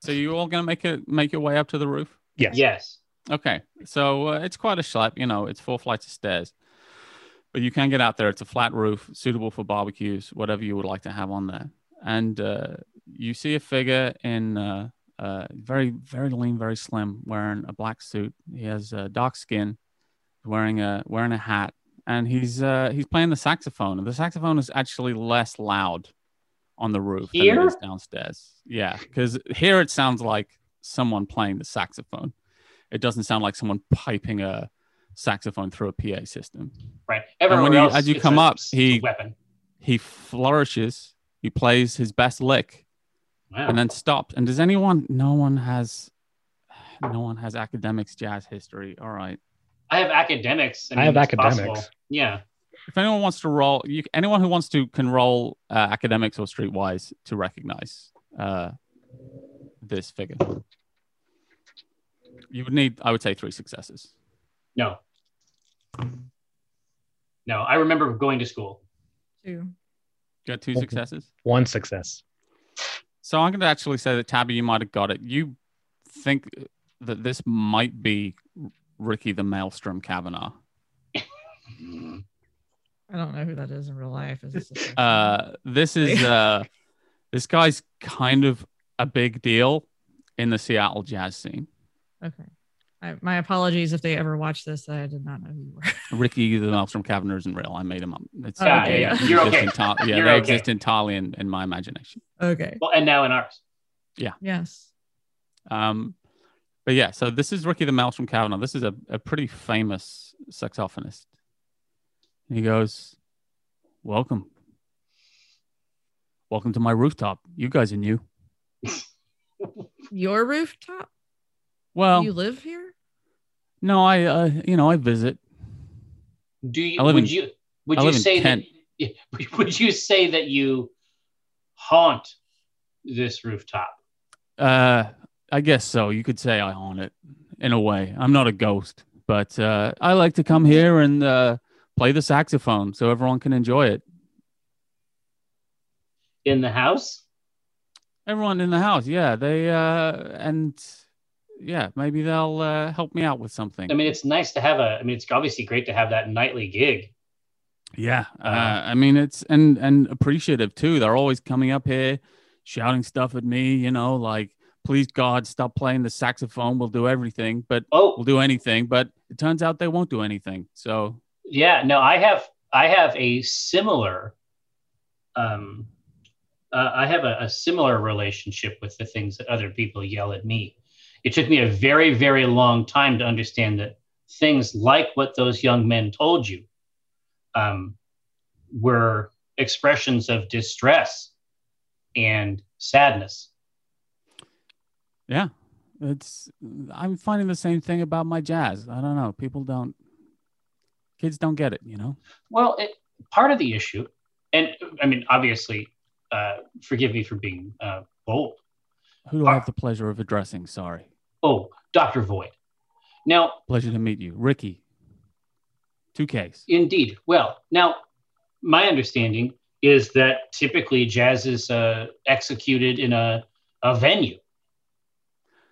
So you all gonna make it make your way up to the roof? Yes. Yes. Okay, so uh, it's quite a schlep. You know, it's four flights of stairs, but you can get out there. It's a flat roof, suitable for barbecues, whatever you would like to have on there. And uh, you see a figure in uh, uh, very, very lean, very slim, wearing a black suit. He has uh, dark skin, wearing a wearing a hat, and he's uh, he's playing the saxophone. And the saxophone is actually less loud on the roof than Here? it is downstairs. Yeah, because here it sounds like someone playing the saxophone it doesn't sound like someone piping a saxophone through a PA system. Right. when Everyone you- else, as you it's come a- up, it's he- a weapon. He flourishes, he plays his best lick, Wow. and then stops. And does anyone? No one has. No one has academics jazz history. All right. I have academics. I, mean, I have it's possible. academics. Yeah. If anyone wants to roll, you, anyone who wants to can roll uh, academics or streetwise to recognize uh, this figure. You would need, I would say, three successes. No. No, I remember going to school. too. You got two Okay. successes. One success. So I'm going to actually say that Tabby, you might have got it. You think that this might be Ricky the Maelstrom Kavanaugh. I don't know who that is in real life. Is this a person? Uh, this is uh, this guy's kind of a big deal in the Seattle jazz scene. okay. I, my apologies if they ever watched this. that I did not know who you were. Ricky the Maelstrom Kavanaugh isn't real. I made him up. It's, Yeah, yeah, they yeah. Ah, You're exist okay. enti- yeah, You're they okay. exist entirely in, in my imagination. Okay. Well, and now in ours. Yes. Um, but yeah, so this is Ricky the Maelstrom Kavanaugh. This is a, a pretty famous saxophonist. And he goes, Welcome. Welcome to my rooftop. You guys are new. Your rooftop? Well, you live here? no, I, uh, you know, I visit. Do you I live would in- you would I you live in say that Kent. would you say that you haunt this rooftop? Uh, I guess so. You could say I haunt it in a way. I'm not a ghost, but uh, I like to come here and uh, play the saxophone so everyone can enjoy it. in the house. everyone in the house yeah they uh and yeah maybe they'll uh, help me out with something I mean, it's nice to have a. I mean, it's obviously great to have that nightly gig. yeah uh, Uh, i mean it's and and appreciative too they're always coming up here shouting stuff at me you know like please god stop playing the saxophone we'll do everything but we'll Oh do anything but it turns out they won't do anything so yeah, no, I have I have a similar. Um, uh, I have a, a similar relationship with the things that other people yell at me. It took me a very very long time to understand that things like what those young men told you um, were expressions of distress and sadness. yeah it's i'm finding the same thing about my jazz i don't know people don't kids don't get it you know Well, it, part of the issue, and I mean, obviously, uh, forgive me for being uh, bold. who do i Uh, have the pleasure of addressing sorry Oh, Dr. Void. Now, Pleasure to meet you, Ricky. Two Ks. indeed. Well, now, my understanding is that typically jazz is uh, executed in a, a venue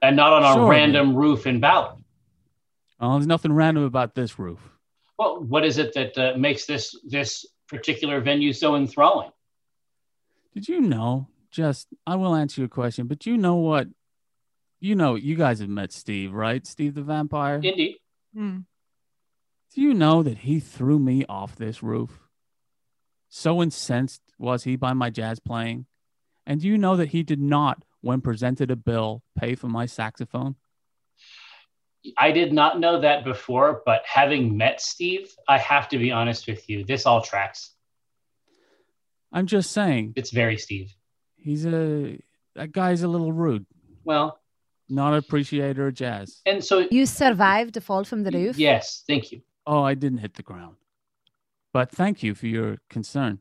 and not on a Sure. random roof in Ballard. Oh, there's nothing random about this roof. Well, what is it that uh, makes this this particular venue so enthralling? Did you know? Just, I will answer your question, but you know what? You know, you guys have met Steve, right? Steve the vampire. Indeed. Hmm. Do you know that he threw me off this roof? So incensed was he by my jazz playing. And do you know that he did not, when presented a bill, pay for my saxophone? I did not know that before, but having met Steve, I have to be honest with you. This all tracks. I'm just saying, It's very Steve. he's a, that guy's a little rude, Well, not an appreciator of jazz. and so you survived a fall from the roof. yes, thank you. Oh, I didn't hit the ground. But thank you for your concern.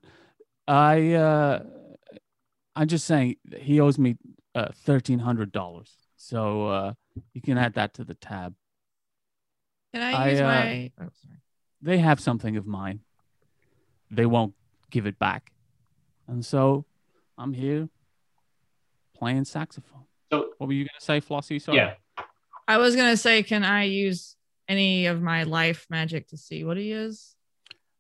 I uh I'm just saying he owes me uh thirteen hundred dollars. So uh you can add that to the tab. Can I, I, use uh, my? Oh, sorry. they have something of mine. They won't give it back. And so I'm here playing saxophone. So- what were you going to say, Flossie? Sorry. Yeah. I was gonna say, can I use any of my life magic to see what he is?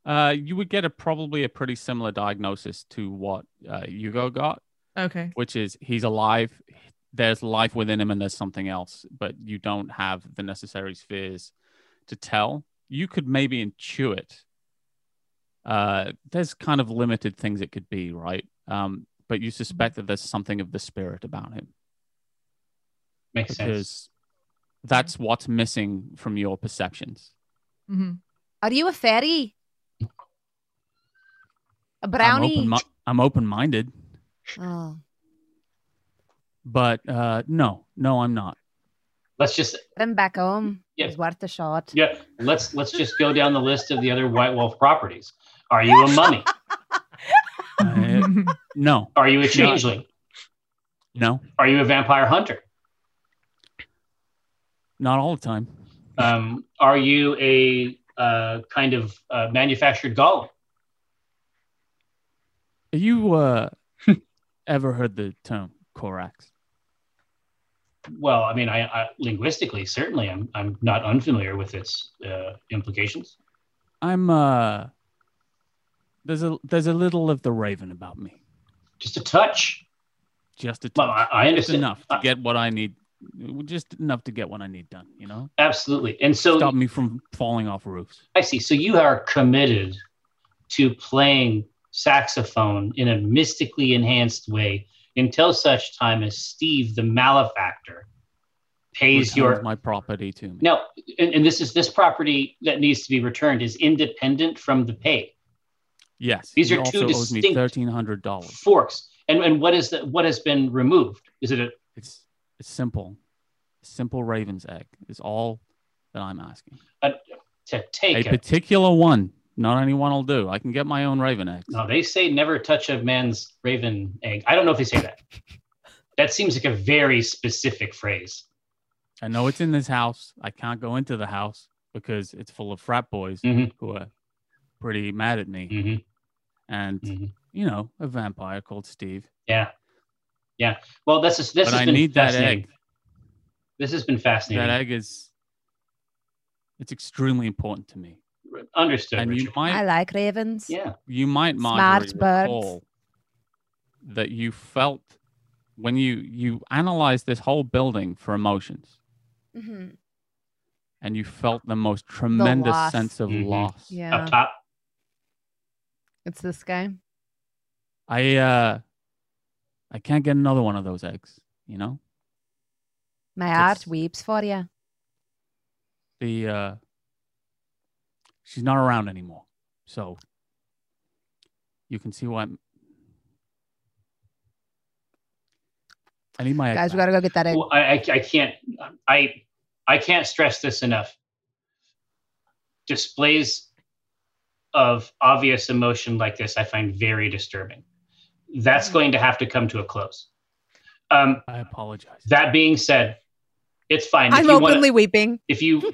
Uh, you would get a probably a pretty similar diagnosis to what uh, Hugo got, Okay. which is he's alive. There's life within him, and there's something else, but you don't have the necessary spheres to tell. You could maybe intuit. Uh, there's kind of limited things it could be, right? Um, but you suspect that there's something of the spirit about him Makes sense. because that's what's missing from your perceptions. hmm Are you a fairy? A I'm brownie? open. I'm open-minded. oh, but uh, no, no, I'm not. Let's just I'm back home. Yeah. It's worth a shot. yeah. Let's let's just go down the list of the other White Wolf properties. Are you a mummy? I- Uh, no, Are you a changeling? no, Are you a vampire hunter? not all the time. Um, are you a uh, kind of uh, manufactured golem? Have you uh, ever heard the term Korax? Well, I mean, I, I linguistically certainly I'm I'm not unfamiliar with its uh, implications. I'm uh, there's a there's a little of the Raven about me, Just a touch. just a Well, I, touch, I just understand. enough to I- get what I need, just enough to get what I need done. You know, Absolutely. And so stop me from falling off roofs. I see. So you are committed to playing saxophone in a mystically enhanced way until such time as Steve the malefactor pays Returns your my property to me? now and, and this is this property that needs to be returned is independent from the pay. Yes, These he are two also owes me distinct- thirteen hundred dollars. Forks. And and what is that what has been removed? Is it a It's it's simple, simple Raven's egg is all that I'm asking. to a take a, particular one. Not anyone will do. I can get my own raven eggs. no, they say never touch a man's raven egg. I don't know if they say that. That seems like a very specific phrase. I know it's in this house. I can't go into the house because it's full of frat boys Mhm. who are pretty mad at me. hmm And Mhm. you know, a vampire called Steve. Yeah. Yeah. Well, this is this but has I been need that fascinating. Mm-hmm. egg. This has been fascinating. That egg is it's extremely important to me. Understood. And you Richard. might I like ravens. yeah. you might Smart Marjorie, birds. recall that you felt when you you analyzed this whole building for emotions hmm and you felt the most tremendous loss. sense of Mhm. loss. Yeah. Up top. It's this guy. I uh I can't get another one of those eggs, you know? My It's- heart weeps for you. The uh she's not around anymore. So you can see why I'm... I need my egg Guys, we back. gotta go get that egg. Well, I, I I can't I I can't stress this enough. Displays of obvious emotion like this I find very disturbing. Mm. That's going to have to come to a close. Um, I apologize. that being said, it's fine. I'm if you wanna- openly weeping. if you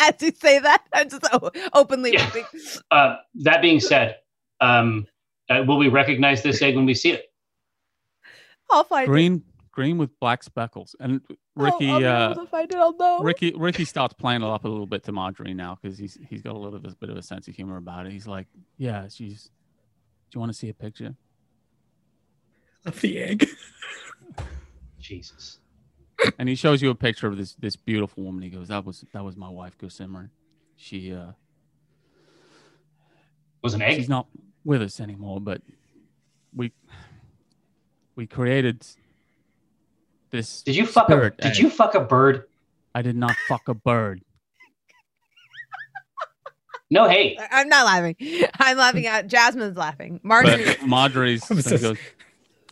As you say that, I'm just o- openly Yeah. weeping. Uh, that being said, um, uh, will we recognize this egg when we see it? I'll find it. Green green with black speckles. And Ricky I'll, I'll be uh Oh, able to find it. I'll know. Ricky Ricky starts playing it up a little bit to Marjorie now because he's he's got a little bit, bit of a sense of humor about it. He's like, Yeah, she's do you want to see a picture? Of the egg. Jesus. and he shows you a picture of this this beautiful woman. He goes, "That was that was my wife, Gossimran. She uh, Was an she's egg? not with us anymore, but we we created this. Did you fuck a spirit did egg. you fuck a bird? I did not fuck a bird. No, hey. I- I'm not laughing. I'm laughing at Jasmine's laughing. Marjorie, But Marjorie's What was he this? goes,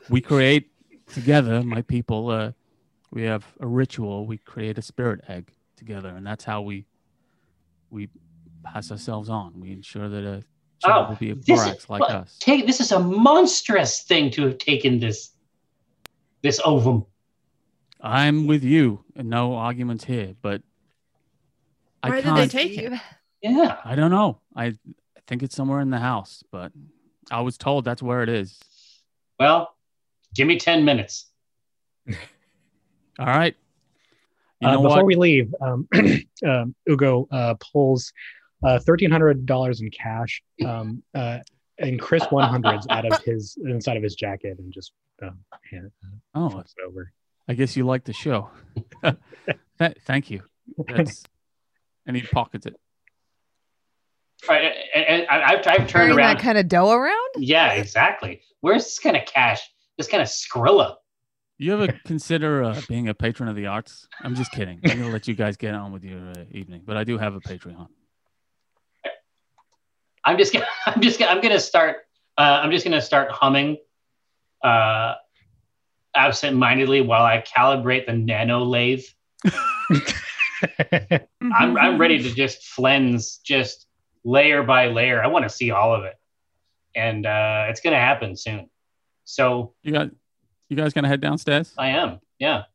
we create together, my people. Uh, we have a ritual. We create a spirit egg together, and that's how we we pass ourselves on. We ensure that a child Oh, will be a this is- Korax like what- us. Take this is a monstrous thing to have taken this this ovum. I'm with you. and No arguments here, but I Where did can't. they take it? Yeah. I don't know. I I think it's somewhere in the house, but I was told that's where it is. Well, give me 10 minutes. All right. You uh, know before what? we leave, um, um, Ugo uh, pulls uh, thirteen hundred dollars in cash um, uh, and Chris one hundreds out of his inside of his jacket and just um, hand oh, flips it over. I guess you like the show. Th- thank you. That's, and he pockets it. All right. And, and I- I've, I've turned Carrying around. that kind of dough around? yeah, exactly. Where's this kind of cash? This kind of Skrilla. You ever consider uh, being a patron of the arts? I'm just kidding. I'm gonna let you guys get on with your uh, evening, but I do have a Patreon. I'm just gonna, I'm just gonna, I'm gonna start. Uh, I'm just gonna start humming, uh, absent-mindedly while I calibrate the nano lathe. I'm, I'm ready to just flens, just layer by layer. I want to see all of it, and uh, it's gonna happen soon. So You got, you guys gonna head downstairs? I am, yeah.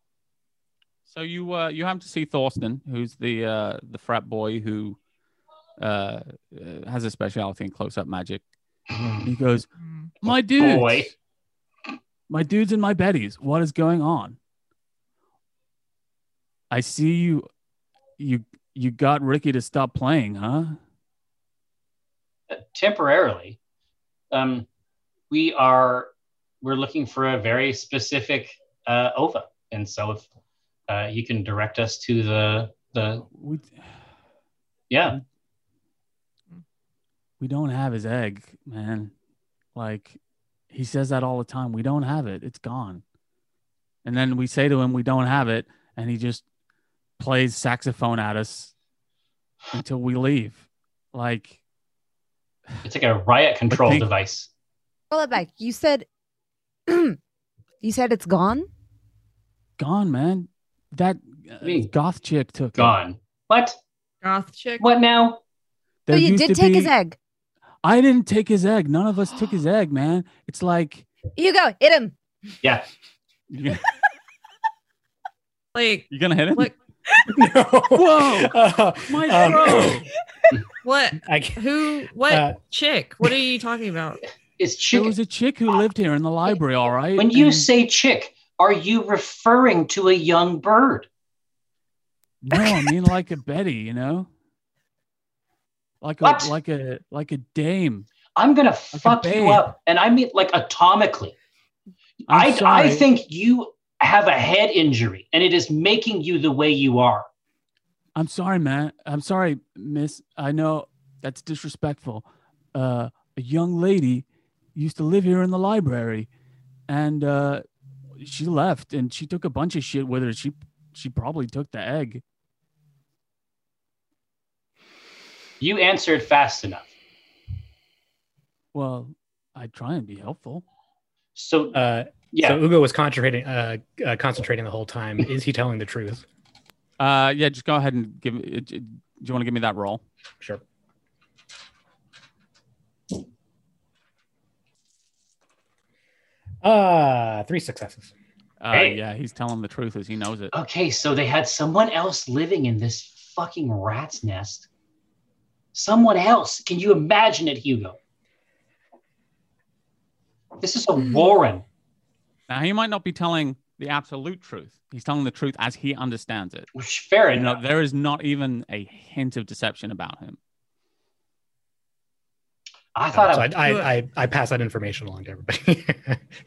So you uh, you happen to see Thorsten, who's the uh, the frat boy who uh, uh, has a specialty in close up magic. He goes, Mm. "My dudes, boy. my dudes and my betties, what is going on? I see you, you you got Ricky to stop playing, huh? temporarily. Um, we are we're looking for a very specific uh, OVA, and so if uh, you can direct us to the the We yeah, we don't have his egg, man. Like he says that all the time. We don't have it. It's gone. And then we say to him, we don't have it, and he just plays saxophone at us until we leave. Like it's like a riot control think- device. Roll it back. You said you said it's gone? gone, man. That uh, Me. goth chick took it. Gone. What? Goth chick. What now? So There you used did to take his be- egg. I didn't take his egg. None of us took his egg, man. It's like You go, hit him. Yeah. you're Like gonna hit him. What? no. Whoa! Uh, My um, throat. what? I can't. Who? What Uh, chick? What are you talking about? It's There chick. was a chick who lived here in the library. All right. when you and- say chick, are you referring to a young bird? No, I mean like a Betty, you know? Like a What? like a like a dame. I'm gonna fuck babe. you up, and I mean like atomically. I'm I, I sorry. think you have a head injury, and it is making you the way you are. I'm sorry, man. I'm sorry, miss. I know that's disrespectful. Uh a young lady used to live here in the library and uh she left and she took a bunch of shit with her. She she probably took the egg. You answered fast enough. Well, I try and be helpful. So Uh, yeah, So Ugo was concentrating, uh, uh, concentrating the whole time. Is he telling the truth? Uh yeah, just go ahead and give me uh, do you want to give me that roll? Sure. Uh three successes. Uh Hey. yeah, he's telling the truth as he knows it. okay, so they had someone else living in this fucking rat's nest. Someone else. Can you imagine it, Hugo? This is a Warren. Now he might not be telling the absolute truth. He's telling the truth as he understands it. Which, fair You know, enough. there is not even a hint of deception about him. I thought so I, I, I, I I pass that information along to everybody.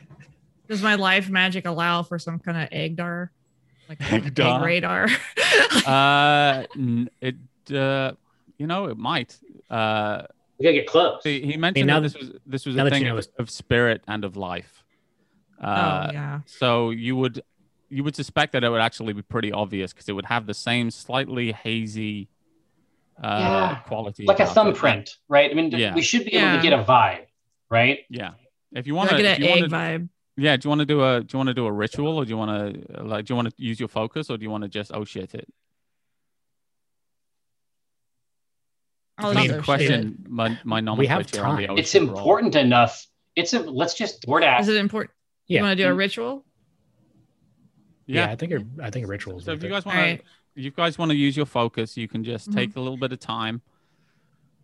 Does my life magic allow for some kind of egdar? Like egg Egdar? radar. Uh, n- it, uh, you know, it might. Uh, we gotta get close. he, he mentioned now that this that- was this was now a that you thing know of, of spirit and of life. Uh, oh yeah. So you would you would suspect that it would actually be pretty obvious because it would have the same slightly hazy uh, Yeah. quality, like a about it. thumbprint, right? I mean, Yeah. we should be Yeah. able to get a vibe, right? Yeah. If you Do want I to, get if an you want egg to vibe? Yeah, do you want to do a do you want to do a ritual or do you want to like do you want to use your focus or do you want to just oh shit it? All I this need other to shit. question my my We have nomenclature on the time. oh It's shit roll. important enough. It's a, let's just word out. Is it important? You Yeah. Mm-hmm. want to do a ritual? yeah, Yeah. I think a- I think a ritual is So if worth you it. guys All want to right. you guys want to use your focus, you can just Mhm. take a little bit of time.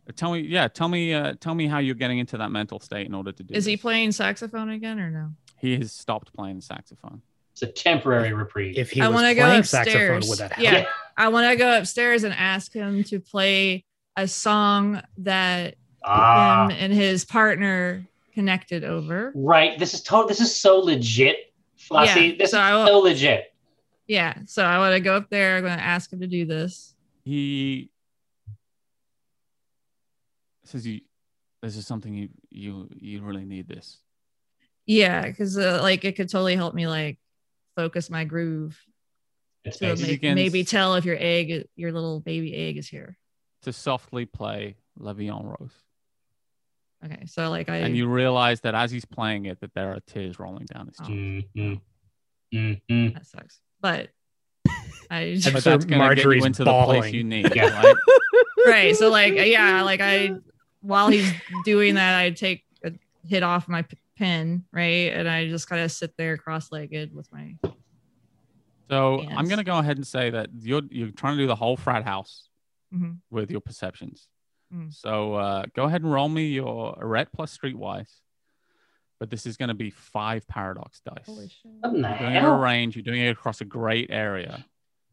Uh, Tell me, yeah, tell me, uh, tell me how you're getting into that mental state in order to do. Is he this. playing saxophone again or no? He has stopped playing saxophone. It's a temporary reprieve. If he I was wanna go playing saxophone, upstairs. would that help? Yeah. I want to go upstairs and ask him to play a song that ah, him and his partner connected over. right. This is total. This is so legit, Flossie. Yeah, this so is I will- so legit. Yeah. So I want to go up there. I'm going to ask him to do this. He says, "You, this is something you you you really need this." Yeah. Cause uh, like it could totally help me like focus my groove It's to He amazing. make, begins- maybe tell if your egg, your little baby egg is here. To softly play La Vie en Rose, Okay. So like I, and you realize that as he's playing it, that there are tears rolling down his Oh. cheek. Mhm. Mhm. that sucks. But I I'm But sure that's gonna get Marjorie's you into the place bawling. you need, Yeah. right? right so like yeah like i while he's doing that i take a hit off my p- pen right and i just kind of sit there cross-legged with my So I'm Yes. going to go ahead and say that you're you're trying to do the whole frat house Mhm. with your perceptions. Mm. So uh, go ahead and roll me your ret plus streetwise, but this is going to be five paradox dice. What in the You're doing it in a hell? range. You're doing it across a great area,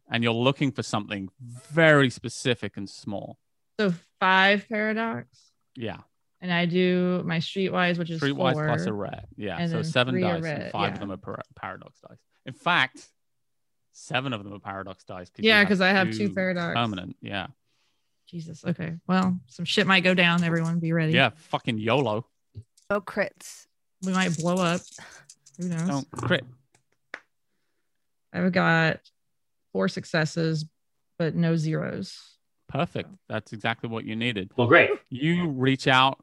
and you're looking for something very specific and small. so five paradox Yeah, and i do my streetwise which is streetwise four. plus a ret. Yeah, and so then seven three a dice, ret, and five yeah. of them are par- paradox dice. In fact, seven of them are paradox dice. you Yeah, 'cause I have two paradox. Permanent. Yeah, jesus okay well some shit might go down everyone be ready yeah. Fucking YOLO. Oh, crits. we might blow up who knows Don't Oh, crit. i've got four successes but no zeros Perfect. That's exactly what you needed. Well, great. You reach out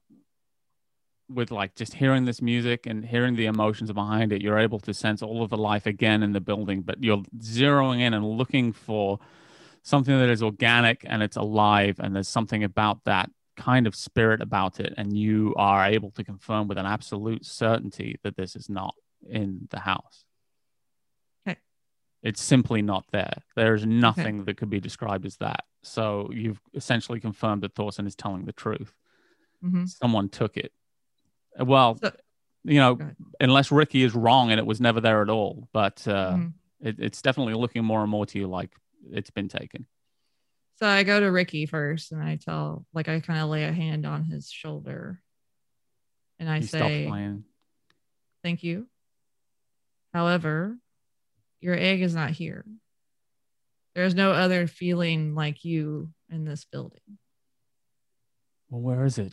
with like just hearing this music and hearing the emotions behind it. You're able to sense all of the life again in the building, but you're zeroing in and looking for something that is organic and it's alive. And there's something about that kind of spirit about it. And you are able to confirm with an absolute certainty that this is not in the house. Okay. It's simply not there. There is nothing that could be described as that. So you've essentially confirmed that Thorson is telling the truth Mhm. someone took it. Uh, Well, So- you know, Go ahead. unless Ricky is wrong and it was never there at all, but uh, Mhm. it, it's definitely looking more and more to you like it's been taken. So I go to Ricky first and I tell, like, I kind of lay a hand on his shoulder and I he stopped say, playing. Thank you. However, your egg is not here. There's no other feeling like you in this building. Well, where is it?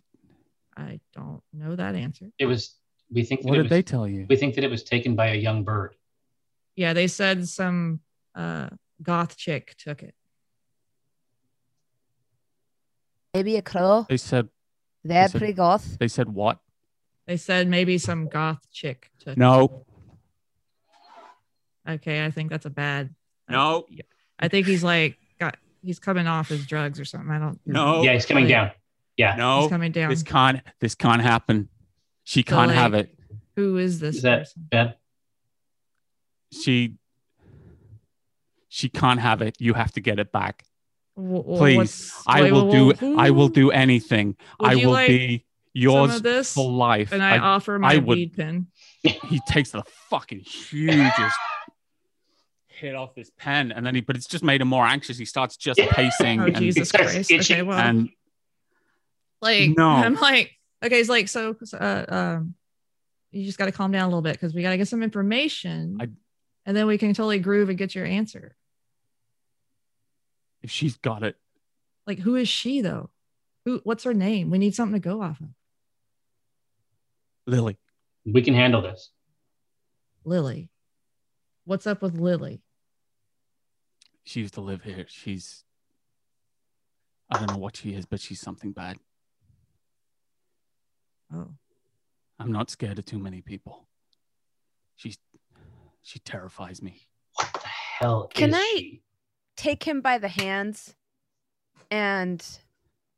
I don't know that answer. It was. We think. That What it did was, they tell you? we think that it was taken by a young bird. Yeah, they said some uh, goth chick took it. Maybe a crow. They said They're said- pretty goth. they said what? They said maybe some goth chick took No, it. Okay, I think that's a bad. no, I think he's like, got, he's coming off his drugs or something. I don't no, yeah, he's coming oh, yeah. down. Yeah. He's no. coming down. This can't. This can't happen. She So, can't have like- it. Who is this Is that- person? Bad. She. She can't have it. You have to get it back, Wh- wh- please. what's- I wait, will wh- do. wh- who- I will do anything. Would I you will like be some of yours this, for life. and I, I- offer my would- bead pen. he takes the fucking hugest hit off his pen, and then he, but it's just made him more anxious. He starts just pacing, Oh and, Jesus starts Christ! itching Okay, well, and like No. I'm like okay, it's like so. Uh, um, you just got to calm down a little bit because we got to get some information, I- and then we can totally groove and get your answer. if she's got it, Like, who is she though? Who? What's her name? We need something to go off of. Lily, We can handle this. Lily. What's up with Lily? she used to live here. She's, I don't know what she is, but she's something bad. Oh, I'm not scared of too many people. She's, she terrifies me. What the hell? Can is I- she? Take him by the hands and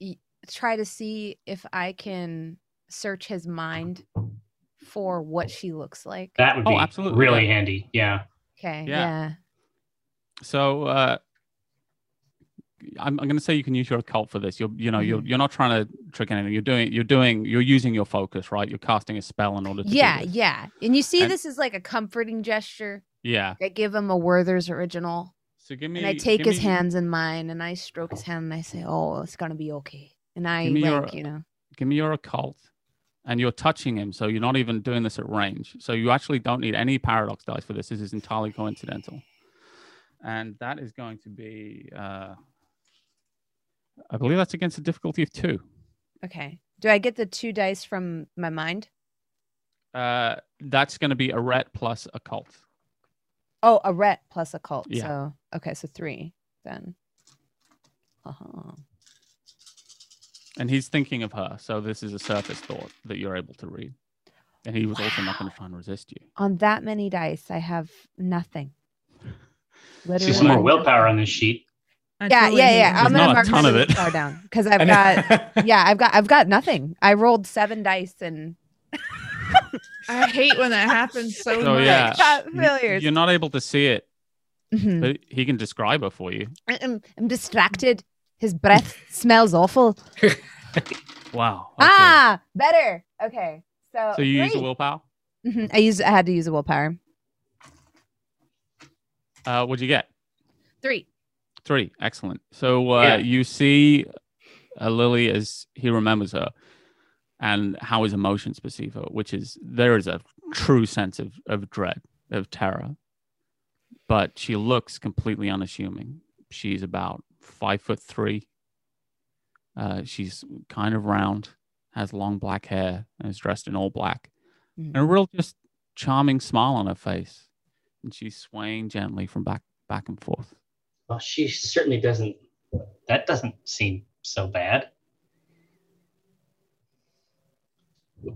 y- try to see if I can search his mind for what she looks like. That would Oh, be absolutely, really yeah. handy. Yeah. Okay. Yeah. Yeah. So uh, I'm, I'm going to say you can use your occult for this. You're, you know, Mm-hmm. you're, you're not trying to trick anything. You're doing, you're doing, you're using your focus, right? You're casting a spell in order to. do yeah, this. yeah. And you see, And- this is like a comforting gesture. yeah. I give him a Werther's original, So give me. and I take give his me- hands in mine, and I stroke his hand, and I say, "Oh, it's gonna be okay." And I, Give me your- like, you know, Give me your occult, and you're touching him, so you're not even doing this at range. So you actually don't need any paradox dice for this. This is entirely coincidental, and that is going to be. Uh, I believe that's against a difficulty of two. okay. Do I get the two dice from my mind? Uh, that's going to be a ret plus occult. Oh, a ret plus a cult. Yeah. So okay, so three then. Uh-huh. And he's thinking of her. So this is a surface thought that you're able to read. And he was also not going to try and resist you. On that many dice, I have nothing. See some more Literally. willpower on this sheet. I Yeah, totally yeah, hate yeah. it. I'm There's gonna not a mark ton my of it. willpower down because I've I got know. yeah, I've got I've got nothing. I rolled seven dice and I hate when that happens so So much. yeah, Shot you- failures. you're not able to see it, Mhm. but he can describe her for you. I- I'm, I'm distracted. His breath smells awful. Wow. okay. Ah, better. Okay, so so you use a three. willpower. Mhm, I used I had to use a willpower. Uh, what'd you get? Three. Three. Excellent. So uh, Yeah. you see uh, Lily as he remembers her and how his emotions perceive her, which is there is a true sense of, of dread, of terror. But she looks completely unassuming. She's about five foot three. Uh, she's kind of round, has long black hair, and is dressed in all black. And Mm-hmm. a real just charming smile on her face. And she's swaying gently from back back and forth. Well, she certainly doesn't. That doesn't seem so bad.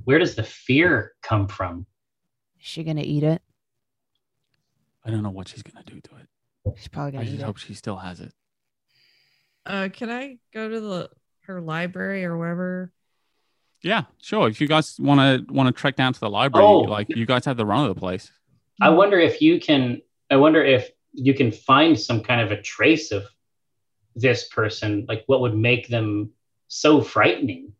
Where does the fear come from? Is she gonna eat it? I don't know what she's gonna do to it. She's probably I gonna eat just it. hope she still has it. Uh, can I go to the her library or wherever? Yeah, sure. If you guys want to want to trek down to the library, Oh. like you guys have the run of the place. I wonder if you can. I wonder if you can find some kind of a trace of this person. Like, what would make them so frightening?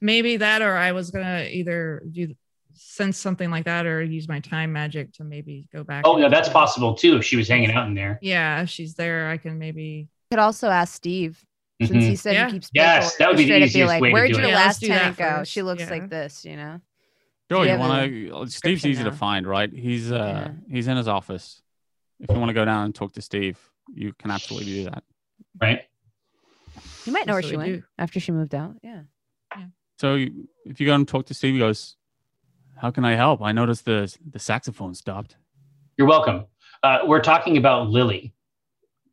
Maybe that, or I was gonna either do sense something like that, or use my time magic to maybe go back. Oh no, and- that's possible too. If she was hanging out in there. Yeah, if she's there, I can maybe. Could also ask Steve since Mhm. Mm-hmm. he said Yeah. he keeps Yes, paperwork, that would be the straight up easiest like, way to Where'd do your it." Yeah, let's last do that tenant go? She first, looks yeah. like this, you know. Sure, you you have want to? Steve's description easy to now? find, right? He's uh he's in his office. If you want to go down and talk to Steve, you can absolutely do that. right? You might know where That's she what we went do. after she moved out. Yeah. So you, if you go and talk to Steve, he goes, "How can I help? I noticed the the saxophone stopped." You're welcome. Uh, we're talking about Lily.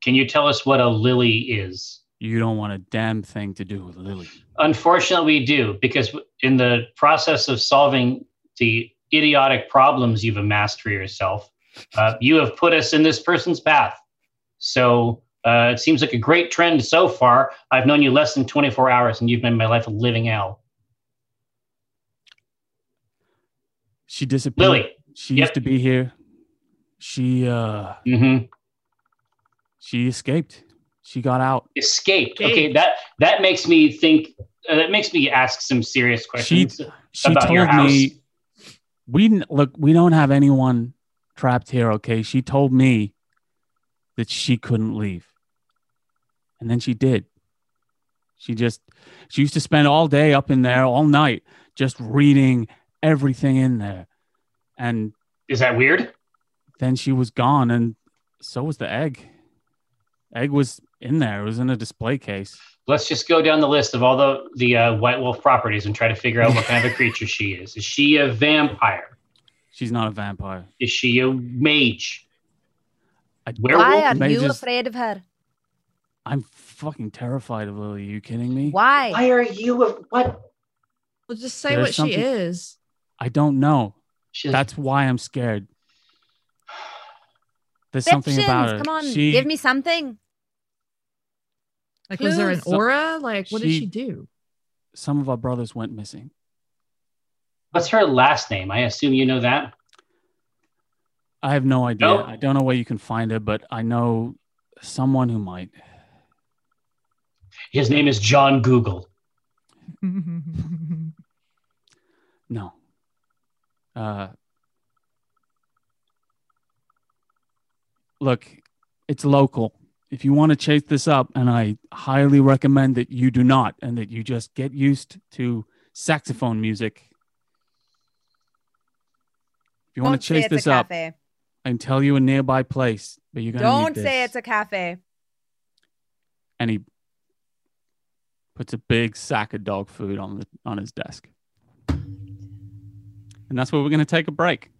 Can you tell us what a Lily is? You don't want a damn thing to do with Lily. Unfortunately, we do, because in the process of solving the idiotic problems you've amassed for yourself, uh, you have put us in this person's path. So uh, it seems like a great trend so far. I've known you less than 24 hours, and you've made my life a living hell. She disappeared. Lily. She Yep. used to be here. She uh hmm she escaped. She got out. Escaped. Okay, Escaped. that that makes me think. Uh, that makes me ask some serious questions. She About your told me we didn't- look. We don't have anyone trapped here. Okay. She told me that she couldn't leave, and then she did. She just she used to spend all day up in there, all night, just reading everything in there, and Is that weird? then she was gone, and so was the egg. Egg was in there. It was in a display case. Let's just go down the list of all the the uh, White Wolf properties and try to figure out what kind of a creature she is. Is she a vampire? She's not a vampire. Is she a mage? I- Werewolf? Why are you Mages- afraid of her? I'm fucking terrified of Lily. Are you kidding me? Why? Why are you a what? Well, just say There's what something- she is. I don't know. She's, That's why I'm scared. There's something about her. Come on, She- give me something. Like, was there an Clues. aura? Like, what did She- she do? Some of our brothers went missing. what's her last name? I assume you know that. I have no idea. Nope. I don't know where you can find her, but I know someone who might. His name is John Google. No. Uh, look, it's local. If you want to chase this up, and I highly recommend that you do not, and that you just get used to saxophone music. If you want to chase this up, cafe. I can tell you a nearby place, but you're gonna Don't need say this. it's a cafe. and he puts a big sack of dog food on the on his desk. And that's where we're going to take a break.